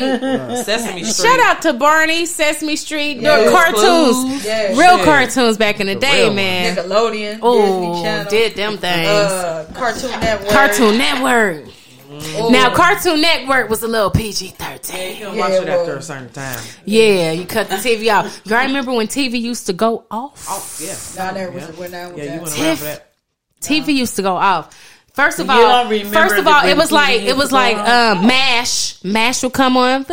Speaker 3: Sesame Street.
Speaker 2: shout out to Barney, Sesame Street,
Speaker 1: Yes.
Speaker 2: your cartoons,
Speaker 1: Yeah.
Speaker 2: real
Speaker 3: Shit.
Speaker 2: cartoons back in the day, man.
Speaker 1: Nickelodeon, Disney
Speaker 2: Oh,
Speaker 1: Channel,
Speaker 2: did them things.
Speaker 1: uh, Cartoon Network, Oh,
Speaker 2: Cartoon Network.
Speaker 1: Ooh.
Speaker 2: Now, Cartoon Network was a little PG 13.
Speaker 3: You don't watch it
Speaker 1: Yeah,
Speaker 3: after
Speaker 1: well.
Speaker 3: a certain time.
Speaker 2: Yeah, you cut the TV off. Y'all remember when TV used to go off?
Speaker 3: Oh yeah,
Speaker 1: Nah, there was when I was
Speaker 3: yeah. You
Speaker 1: that.
Speaker 3: went around for that.
Speaker 2: TV used to go off. First of
Speaker 4: You
Speaker 2: all,
Speaker 4: don't remember
Speaker 2: first of
Speaker 4: the
Speaker 2: all, it
Speaker 4: big
Speaker 2: was
Speaker 4: TV
Speaker 2: like it
Speaker 4: used
Speaker 2: was
Speaker 4: to go
Speaker 2: like
Speaker 4: off?
Speaker 2: uh, Mash. Mash would come on,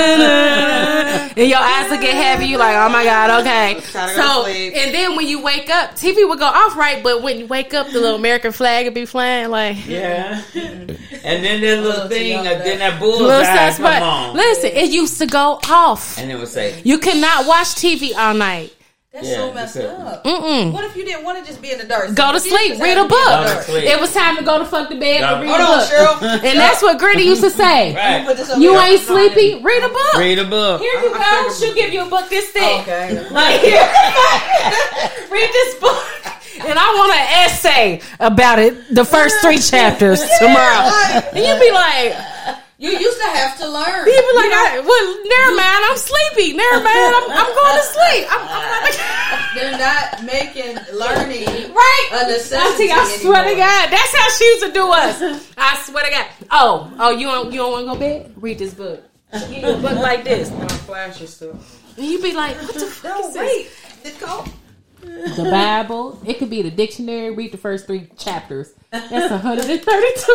Speaker 2: and your eyes would get heavy. You like, oh my god, okay.
Speaker 3: Gotta go to
Speaker 2: So,
Speaker 3: sleep.
Speaker 2: and then when you wake up, TV would go off, right? But when you wake up, the little American flag would be flying, like.
Speaker 4: Yeah. and then that little thing, uh, then that
Speaker 2: Little
Speaker 4: bullseye
Speaker 2: sus,
Speaker 4: come
Speaker 2: but
Speaker 4: on.
Speaker 2: listen, it used to go off.
Speaker 4: and it would say,
Speaker 2: You cannot watch TV all night.
Speaker 1: That's
Speaker 4: Yeah,
Speaker 1: so messed
Speaker 4: that's it.
Speaker 1: up.
Speaker 2: Mm-mm.
Speaker 1: What if you didn't want to just be in the dark?
Speaker 2: Go to
Speaker 1: If you
Speaker 2: sleep,
Speaker 1: just
Speaker 2: read
Speaker 1: had to
Speaker 2: a
Speaker 1: be in the
Speaker 2: book.
Speaker 1: dark.
Speaker 4: sleep.
Speaker 2: It was time to go to fuck the bed
Speaker 4: Got
Speaker 2: and
Speaker 4: it.
Speaker 1: Hold
Speaker 2: read a
Speaker 1: on,
Speaker 2: book.
Speaker 1: Cheryl.
Speaker 2: And that's what Gritty used to say.
Speaker 4: right,
Speaker 1: Put this up
Speaker 2: You
Speaker 1: here.
Speaker 2: ain't sleepy, read a book.
Speaker 4: read a book.
Speaker 2: Here you go. She'll give you a book this thick.
Speaker 1: Oh, Okay.
Speaker 2: Like here, read this book. And I want an essay about it, the first three chapters tomorrow.
Speaker 1: Like,
Speaker 2: And you'd be like,
Speaker 1: you used to have to learn.
Speaker 2: People be like, I, well, never mind, I'm sleepy. Never mind, I'm, I'm going to sleep. I'm, I'm not
Speaker 1: They're not making learning.
Speaker 2: right?
Speaker 1: A necessity
Speaker 2: Auntie, I swear to
Speaker 1: anymore.
Speaker 2: God, that's how she used to do us. I swear to God. Oh, oh, you don't, you don't want to go to bed? Read this book. Get you a book like this. And you be like, what the fuck
Speaker 1: No,
Speaker 2: is this?
Speaker 1: wait. Nicole.
Speaker 2: The Bible. It could be the dictionary. Read the first three chapters. That's 132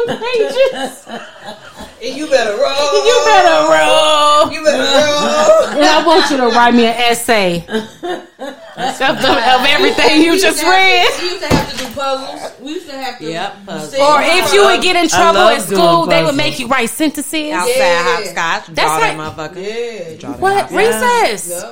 Speaker 2: pages.
Speaker 1: And you better roll.
Speaker 2: You better roll.
Speaker 1: You better roll.
Speaker 2: And I want you to write me an essay of, of everything you
Speaker 1: We used
Speaker 2: just
Speaker 1: to have
Speaker 2: read.
Speaker 1: to- We used to have to do puzzles. We used to have to.
Speaker 3: Yep, puzzles.
Speaker 1: sing
Speaker 2: Or if you would get in trouble
Speaker 3: love
Speaker 2: at
Speaker 3: doing
Speaker 2: school, they would
Speaker 3: puzzles.
Speaker 2: make you write sentences.
Speaker 3: Outside
Speaker 1: Yeah.
Speaker 3: hopscotch,
Speaker 2: That's
Speaker 3: draw that
Speaker 2: like-
Speaker 3: motherfucker.
Speaker 1: Yeah.
Speaker 3: Draw that
Speaker 2: What
Speaker 3: hopscotch.
Speaker 2: recess?
Speaker 1: Yeah.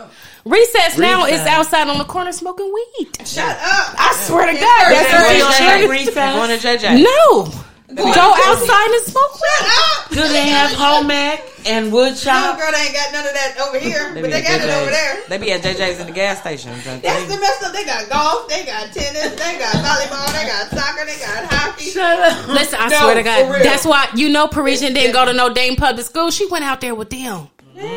Speaker 2: Recess now is outside on the corner smoking weed.
Speaker 1: Shut up.
Speaker 2: I swear to God, that's
Speaker 3: Going to
Speaker 2: her
Speaker 3: JJ.
Speaker 2: insurance.
Speaker 3: Going to JJ.
Speaker 2: No, go outside and smoke weed.
Speaker 1: Shut up.
Speaker 4: Do they have home ec and wood
Speaker 1: Some
Speaker 4: shop?
Speaker 1: girl ain't got none of that over here, but
Speaker 3: be
Speaker 1: they
Speaker 3: at
Speaker 1: got it
Speaker 3: JJ's.
Speaker 1: over there.
Speaker 3: They be at JJ's in the gas station. don't they?
Speaker 1: That's the best stuff. They got golf, they got tennis, they got volleyball, they got soccer, they got hockey.
Speaker 4: Shut up.
Speaker 2: Listen, I
Speaker 1: No,
Speaker 2: swear
Speaker 1: for
Speaker 2: to God,
Speaker 1: real.
Speaker 2: that's why you know Parisian didn't go to no dang public school. She went out there with them.
Speaker 1: Yeah.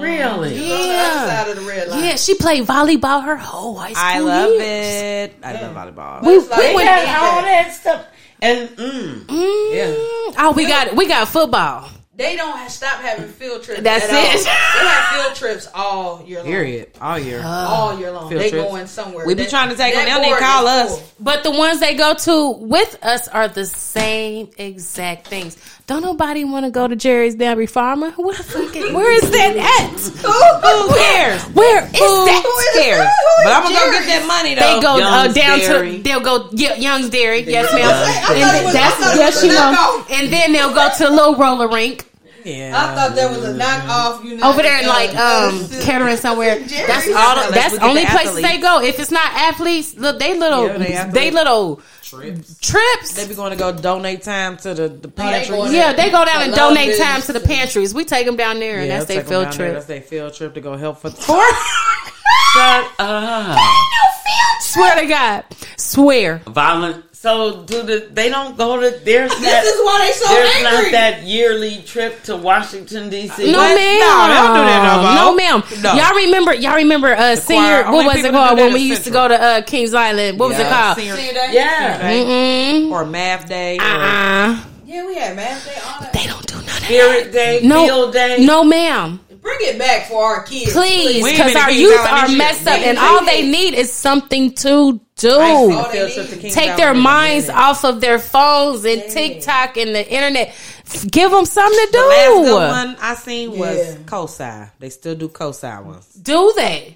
Speaker 4: Really?
Speaker 1: Mm. On the other
Speaker 2: Yeah,
Speaker 1: side of the red line.
Speaker 2: yeah. She played volleyball her whole high school.
Speaker 3: I love
Speaker 2: years.
Speaker 3: it. I love volleyball.
Speaker 2: We, we
Speaker 1: It's like-
Speaker 2: went,
Speaker 4: Got all that stuff. And mm,
Speaker 2: Mm,
Speaker 3: Yeah.
Speaker 2: Oh, we got we got football.
Speaker 1: They don't ha- stop having field trips.
Speaker 2: That's
Speaker 1: at all.
Speaker 2: it.
Speaker 1: they have field trips all year long.
Speaker 3: period. All year.
Speaker 1: all year long.
Speaker 3: Field
Speaker 1: they
Speaker 3: trips.
Speaker 1: going somewhere.
Speaker 3: We be
Speaker 1: That-
Speaker 3: trying to take
Speaker 1: that
Speaker 3: them. They don't
Speaker 1: board
Speaker 3: even call
Speaker 1: is
Speaker 3: us.
Speaker 1: full.
Speaker 2: But the ones they go to with us are the same exact things. Don't nobody want to go to Jerry's Dairy Farmer? What the fuck is- where is that at?
Speaker 1: Who?
Speaker 2: Where? Where is
Speaker 1: Who
Speaker 2: that?
Speaker 1: is
Speaker 3: Scared.
Speaker 1: who is
Speaker 3: But I'm gonna go
Speaker 1: Jerry's?
Speaker 3: get that money though.
Speaker 2: They go uh,
Speaker 4: Young's
Speaker 2: down
Speaker 4: Dairy.
Speaker 2: to they'll go yeah, Young's Dairy, yes
Speaker 4: Young's
Speaker 2: ma'am.
Speaker 1: Dairy. I thought it
Speaker 2: And
Speaker 1: was-
Speaker 2: that's
Speaker 1: I thought it
Speaker 2: yes
Speaker 1: was
Speaker 2: she
Speaker 1: a
Speaker 2: go.
Speaker 1: knockoff.
Speaker 2: And then they'll go to Little Roller Rink
Speaker 3: Yeah.
Speaker 1: I thought that was a knockoff. You know,
Speaker 2: over there in like um catering somewhere.
Speaker 1: Jerry's.
Speaker 2: That's all.
Speaker 3: Let's
Speaker 2: that's
Speaker 3: look
Speaker 2: the
Speaker 3: at
Speaker 2: only
Speaker 3: the
Speaker 2: places
Speaker 3: athletes.
Speaker 2: they go. If it's not athletes, look they little
Speaker 3: Yeah, they
Speaker 2: they,
Speaker 3: athletes.
Speaker 2: little
Speaker 3: trips.
Speaker 2: trips.
Speaker 3: They be going to go donate time to the the
Speaker 1: Oh, going
Speaker 3: pantry.
Speaker 2: Yeah, they go down
Speaker 1: I
Speaker 2: and
Speaker 1: love
Speaker 2: donate
Speaker 1: this.
Speaker 2: time to the pantries. We take them down there, and that's
Speaker 3: they'll
Speaker 2: their
Speaker 3: take 'em
Speaker 2: field
Speaker 3: down there.
Speaker 2: trip.
Speaker 3: That's their field trip to go help for
Speaker 2: For
Speaker 4: shut up.
Speaker 2: swear to God, swear.
Speaker 4: Violent. So do the, they don't go to there's that,
Speaker 1: This is why they so
Speaker 4: there's
Speaker 1: angry.
Speaker 4: not that yearly trip to Washington D.C.
Speaker 2: No,
Speaker 4: What?
Speaker 2: ma'am.
Speaker 3: No, they don't do that no more.
Speaker 2: No, ma'am.
Speaker 3: No.
Speaker 2: Y'all remember? Y'all remember? Uh, senior.
Speaker 3: Only
Speaker 2: What was
Speaker 3: people
Speaker 2: it
Speaker 3: that
Speaker 2: called
Speaker 3: do
Speaker 2: when
Speaker 3: that
Speaker 2: we
Speaker 3: is
Speaker 2: used to
Speaker 3: Central.
Speaker 2: go to uh, Kings Island? What was
Speaker 3: Yeah.
Speaker 2: it called?
Speaker 3: Senior
Speaker 1: Senior day?
Speaker 4: Yeah.
Speaker 3: day
Speaker 2: Mm-mm.
Speaker 3: or math day. Or,
Speaker 2: Uh-uh.
Speaker 1: Yeah, we had math day. All that.
Speaker 2: They don't do none of that.
Speaker 4: Spirit Day,
Speaker 2: No.
Speaker 4: Field Day.
Speaker 2: No, ma'am.
Speaker 1: Bring it back for our kids,
Speaker 2: Please,
Speaker 3: We ain't
Speaker 2: because
Speaker 3: been to
Speaker 2: our
Speaker 3: Kings
Speaker 2: youth
Speaker 3: Island
Speaker 2: are
Speaker 3: this year.
Speaker 2: messed up,
Speaker 1: We ain't
Speaker 2: and all
Speaker 1: been.
Speaker 2: they need is something to
Speaker 3: I
Speaker 2: do.
Speaker 3: used to field trip to Kings
Speaker 2: Oh. take their
Speaker 3: Island.
Speaker 2: minds off of their phones and TikTok and the internet. F- Give them something to do.
Speaker 3: The last good one I seen was
Speaker 1: Yeah.
Speaker 3: cosi. They still do cosi ones
Speaker 2: Do they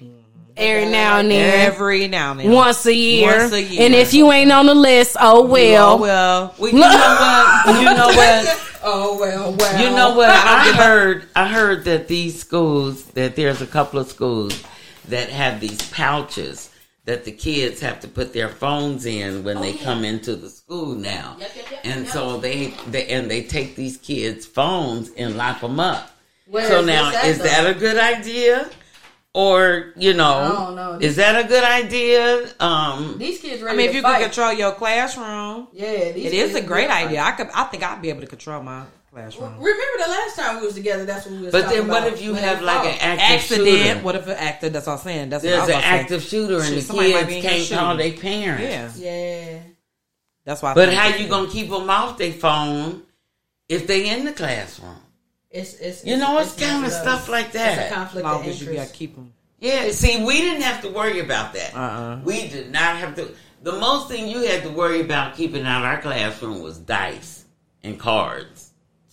Speaker 2: every now and then,
Speaker 3: Mm-hmm. every now and then.
Speaker 2: once a year.
Speaker 3: Once a year.
Speaker 2: And if you ain't on the list, oh
Speaker 3: Oh
Speaker 2: well.
Speaker 3: well, we, you know what? You know what?
Speaker 1: Oh well, well.
Speaker 4: You know what? I heard I heard that these schools that there's a couple of schools that have these pouches that the kids have to put their phones in when they
Speaker 1: Oh,
Speaker 4: come into the school now. and so they, they and they take these kids' phones and lock them up.
Speaker 1: Where
Speaker 4: so
Speaker 1: is
Speaker 4: now
Speaker 1: this at,
Speaker 4: is
Speaker 1: though?
Speaker 4: that a good idea? Or, you know,
Speaker 1: don't know.
Speaker 4: is that a good idea? Um
Speaker 1: These kids
Speaker 3: I
Speaker 1: ready
Speaker 3: mean, if
Speaker 1: to
Speaker 3: you
Speaker 1: fight.
Speaker 3: can control your classroom,
Speaker 1: yeah, these
Speaker 3: it is
Speaker 1: kids
Speaker 3: a great
Speaker 1: ready to
Speaker 3: idea. I could, I think I'd be able to control my classroom.
Speaker 1: fight. Remember the last time we was together? That's what we was.
Speaker 4: but
Speaker 1: talking
Speaker 4: then what
Speaker 1: about
Speaker 4: if you
Speaker 1: when
Speaker 4: have
Speaker 1: they
Speaker 4: like an
Speaker 1: fought.
Speaker 4: active
Speaker 3: Accident.
Speaker 4: shooter?
Speaker 3: What if an actor? That's what I'm saying. That's
Speaker 4: There's
Speaker 3: what I
Speaker 4: an
Speaker 3: was
Speaker 4: active shooter and
Speaker 3: Shoot,
Speaker 4: the
Speaker 3: somebody might be in
Speaker 4: kids
Speaker 3: here
Speaker 4: can't call
Speaker 3: shooting.
Speaker 4: their parents.
Speaker 3: Saying. Yeah,
Speaker 1: Yeah.
Speaker 3: that's why. I
Speaker 4: But
Speaker 3: think-
Speaker 4: how you gonna keep them off their phone if they in the classroom?
Speaker 1: It's it's
Speaker 4: You know, it's
Speaker 1: not
Speaker 4: kind of
Speaker 1: love.
Speaker 4: stuff like
Speaker 1: It's a
Speaker 4: that.
Speaker 1: conflict
Speaker 3: long
Speaker 1: of
Speaker 3: as you gotta
Speaker 1: interest.
Speaker 3: keep them?
Speaker 4: Yeah, see, we didn't have to worry about that.
Speaker 3: Uh-uh.
Speaker 4: We did not have to. The most thing you had to worry about keeping out our classroom was dice and cards.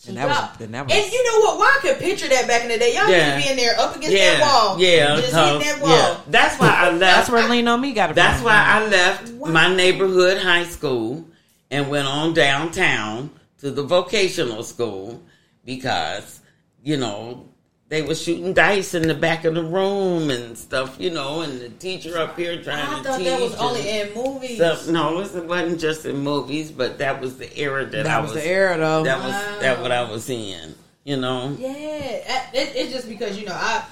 Speaker 3: And that was.
Speaker 1: Stop.
Speaker 3: And that was.
Speaker 1: And you know what? Why I could picture that back in the day. Y'all
Speaker 4: Yeah.
Speaker 1: just be in there up against
Speaker 4: yeah,
Speaker 1: that wall.
Speaker 4: yeah,
Speaker 1: Just
Speaker 4: uh,
Speaker 1: hitting that wall.
Speaker 4: yeah. That's why I left.
Speaker 3: that's where Lean on Me got it.
Speaker 4: That's
Speaker 3: from.
Speaker 4: why I left my neighborhood high school and went on downtown to the vocational school because, you know, they were shooting dice in the back of the room and stuff, you know, and the teacher up here trying
Speaker 1: I
Speaker 4: to
Speaker 1: thought
Speaker 4: teach.
Speaker 1: that was
Speaker 4: and
Speaker 1: only in movies.
Speaker 4: stuff. No, it wasn't just in movies, but that was the era that, I
Speaker 3: That was
Speaker 4: was.
Speaker 3: the era though.
Speaker 4: That was that what I was in, you know.
Speaker 1: Yeah, I- it, it's just because you know I,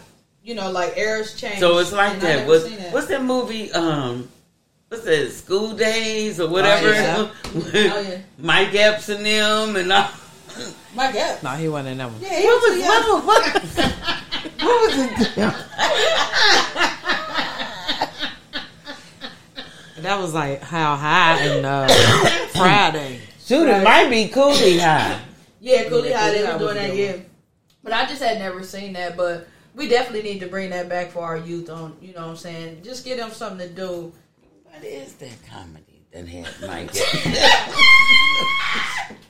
Speaker 1: you know, like eras change.
Speaker 4: So it's like
Speaker 1: and I
Speaker 4: that.
Speaker 1: never
Speaker 4: What's,
Speaker 1: seen
Speaker 4: what's that movie? Um, what's that? School Days or whatever.
Speaker 3: yeah.
Speaker 4: With
Speaker 1: Oh, yeah.
Speaker 4: Mike Epps and them and all.
Speaker 1: My God.
Speaker 3: no, he wasn't in that one.
Speaker 1: Yeah, he was too young.
Speaker 4: What, what, what was it?
Speaker 3: That was like how high and uh, Friday.
Speaker 4: Shoot, it might be Cooley High.
Speaker 1: Yeah, Cooley High they
Speaker 3: Cooley High
Speaker 1: were
Speaker 3: was
Speaker 1: doing
Speaker 3: a
Speaker 1: that.
Speaker 3: good
Speaker 1: Yeah, but I just had never seen that. But we definitely need to bring that back for our youth. On you know what I'm saying? Just give them something to do.
Speaker 4: What is that comedy that had Mike Epps?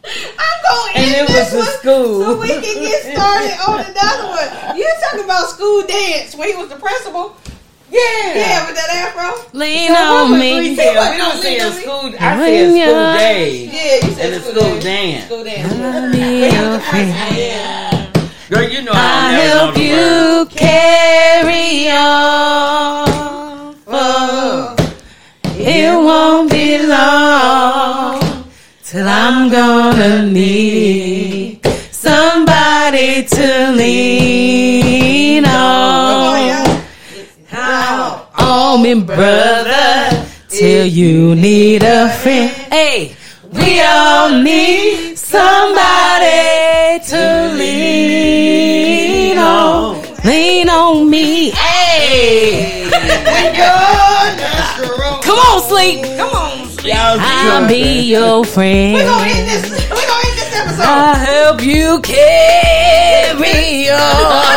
Speaker 1: I'm going
Speaker 4: And
Speaker 1: in
Speaker 4: it was
Speaker 1: this
Speaker 4: a
Speaker 1: one
Speaker 4: school.
Speaker 1: so we can get started on another one. You talking about school dance when he was the principal? Yeah, yeah, with that afro.
Speaker 2: Lean on
Speaker 4: We
Speaker 2: me.
Speaker 4: said- we don't say a school. I said
Speaker 2: Yeah.
Speaker 4: school days
Speaker 1: Yeah, you said
Speaker 4: and a
Speaker 1: school
Speaker 4: school
Speaker 1: dance.
Speaker 4: dance.
Speaker 1: School dance. yeah.
Speaker 2: Lean on me.
Speaker 1: Yeah.
Speaker 4: Girl, you know
Speaker 2: I
Speaker 4: I never know
Speaker 2: help
Speaker 4: the word.
Speaker 2: you carry on. Oh, it won't be long till I'm gonna need somebody to lean on. How on me, brother, till you need a friend. Hey, we all need somebody to lean on. Lean on me. Hey, come on, sleep.
Speaker 1: Come on.
Speaker 2: I'll be your friend.
Speaker 1: We're gonna end this. We're gonna end this episode.
Speaker 2: I'll help you carry on.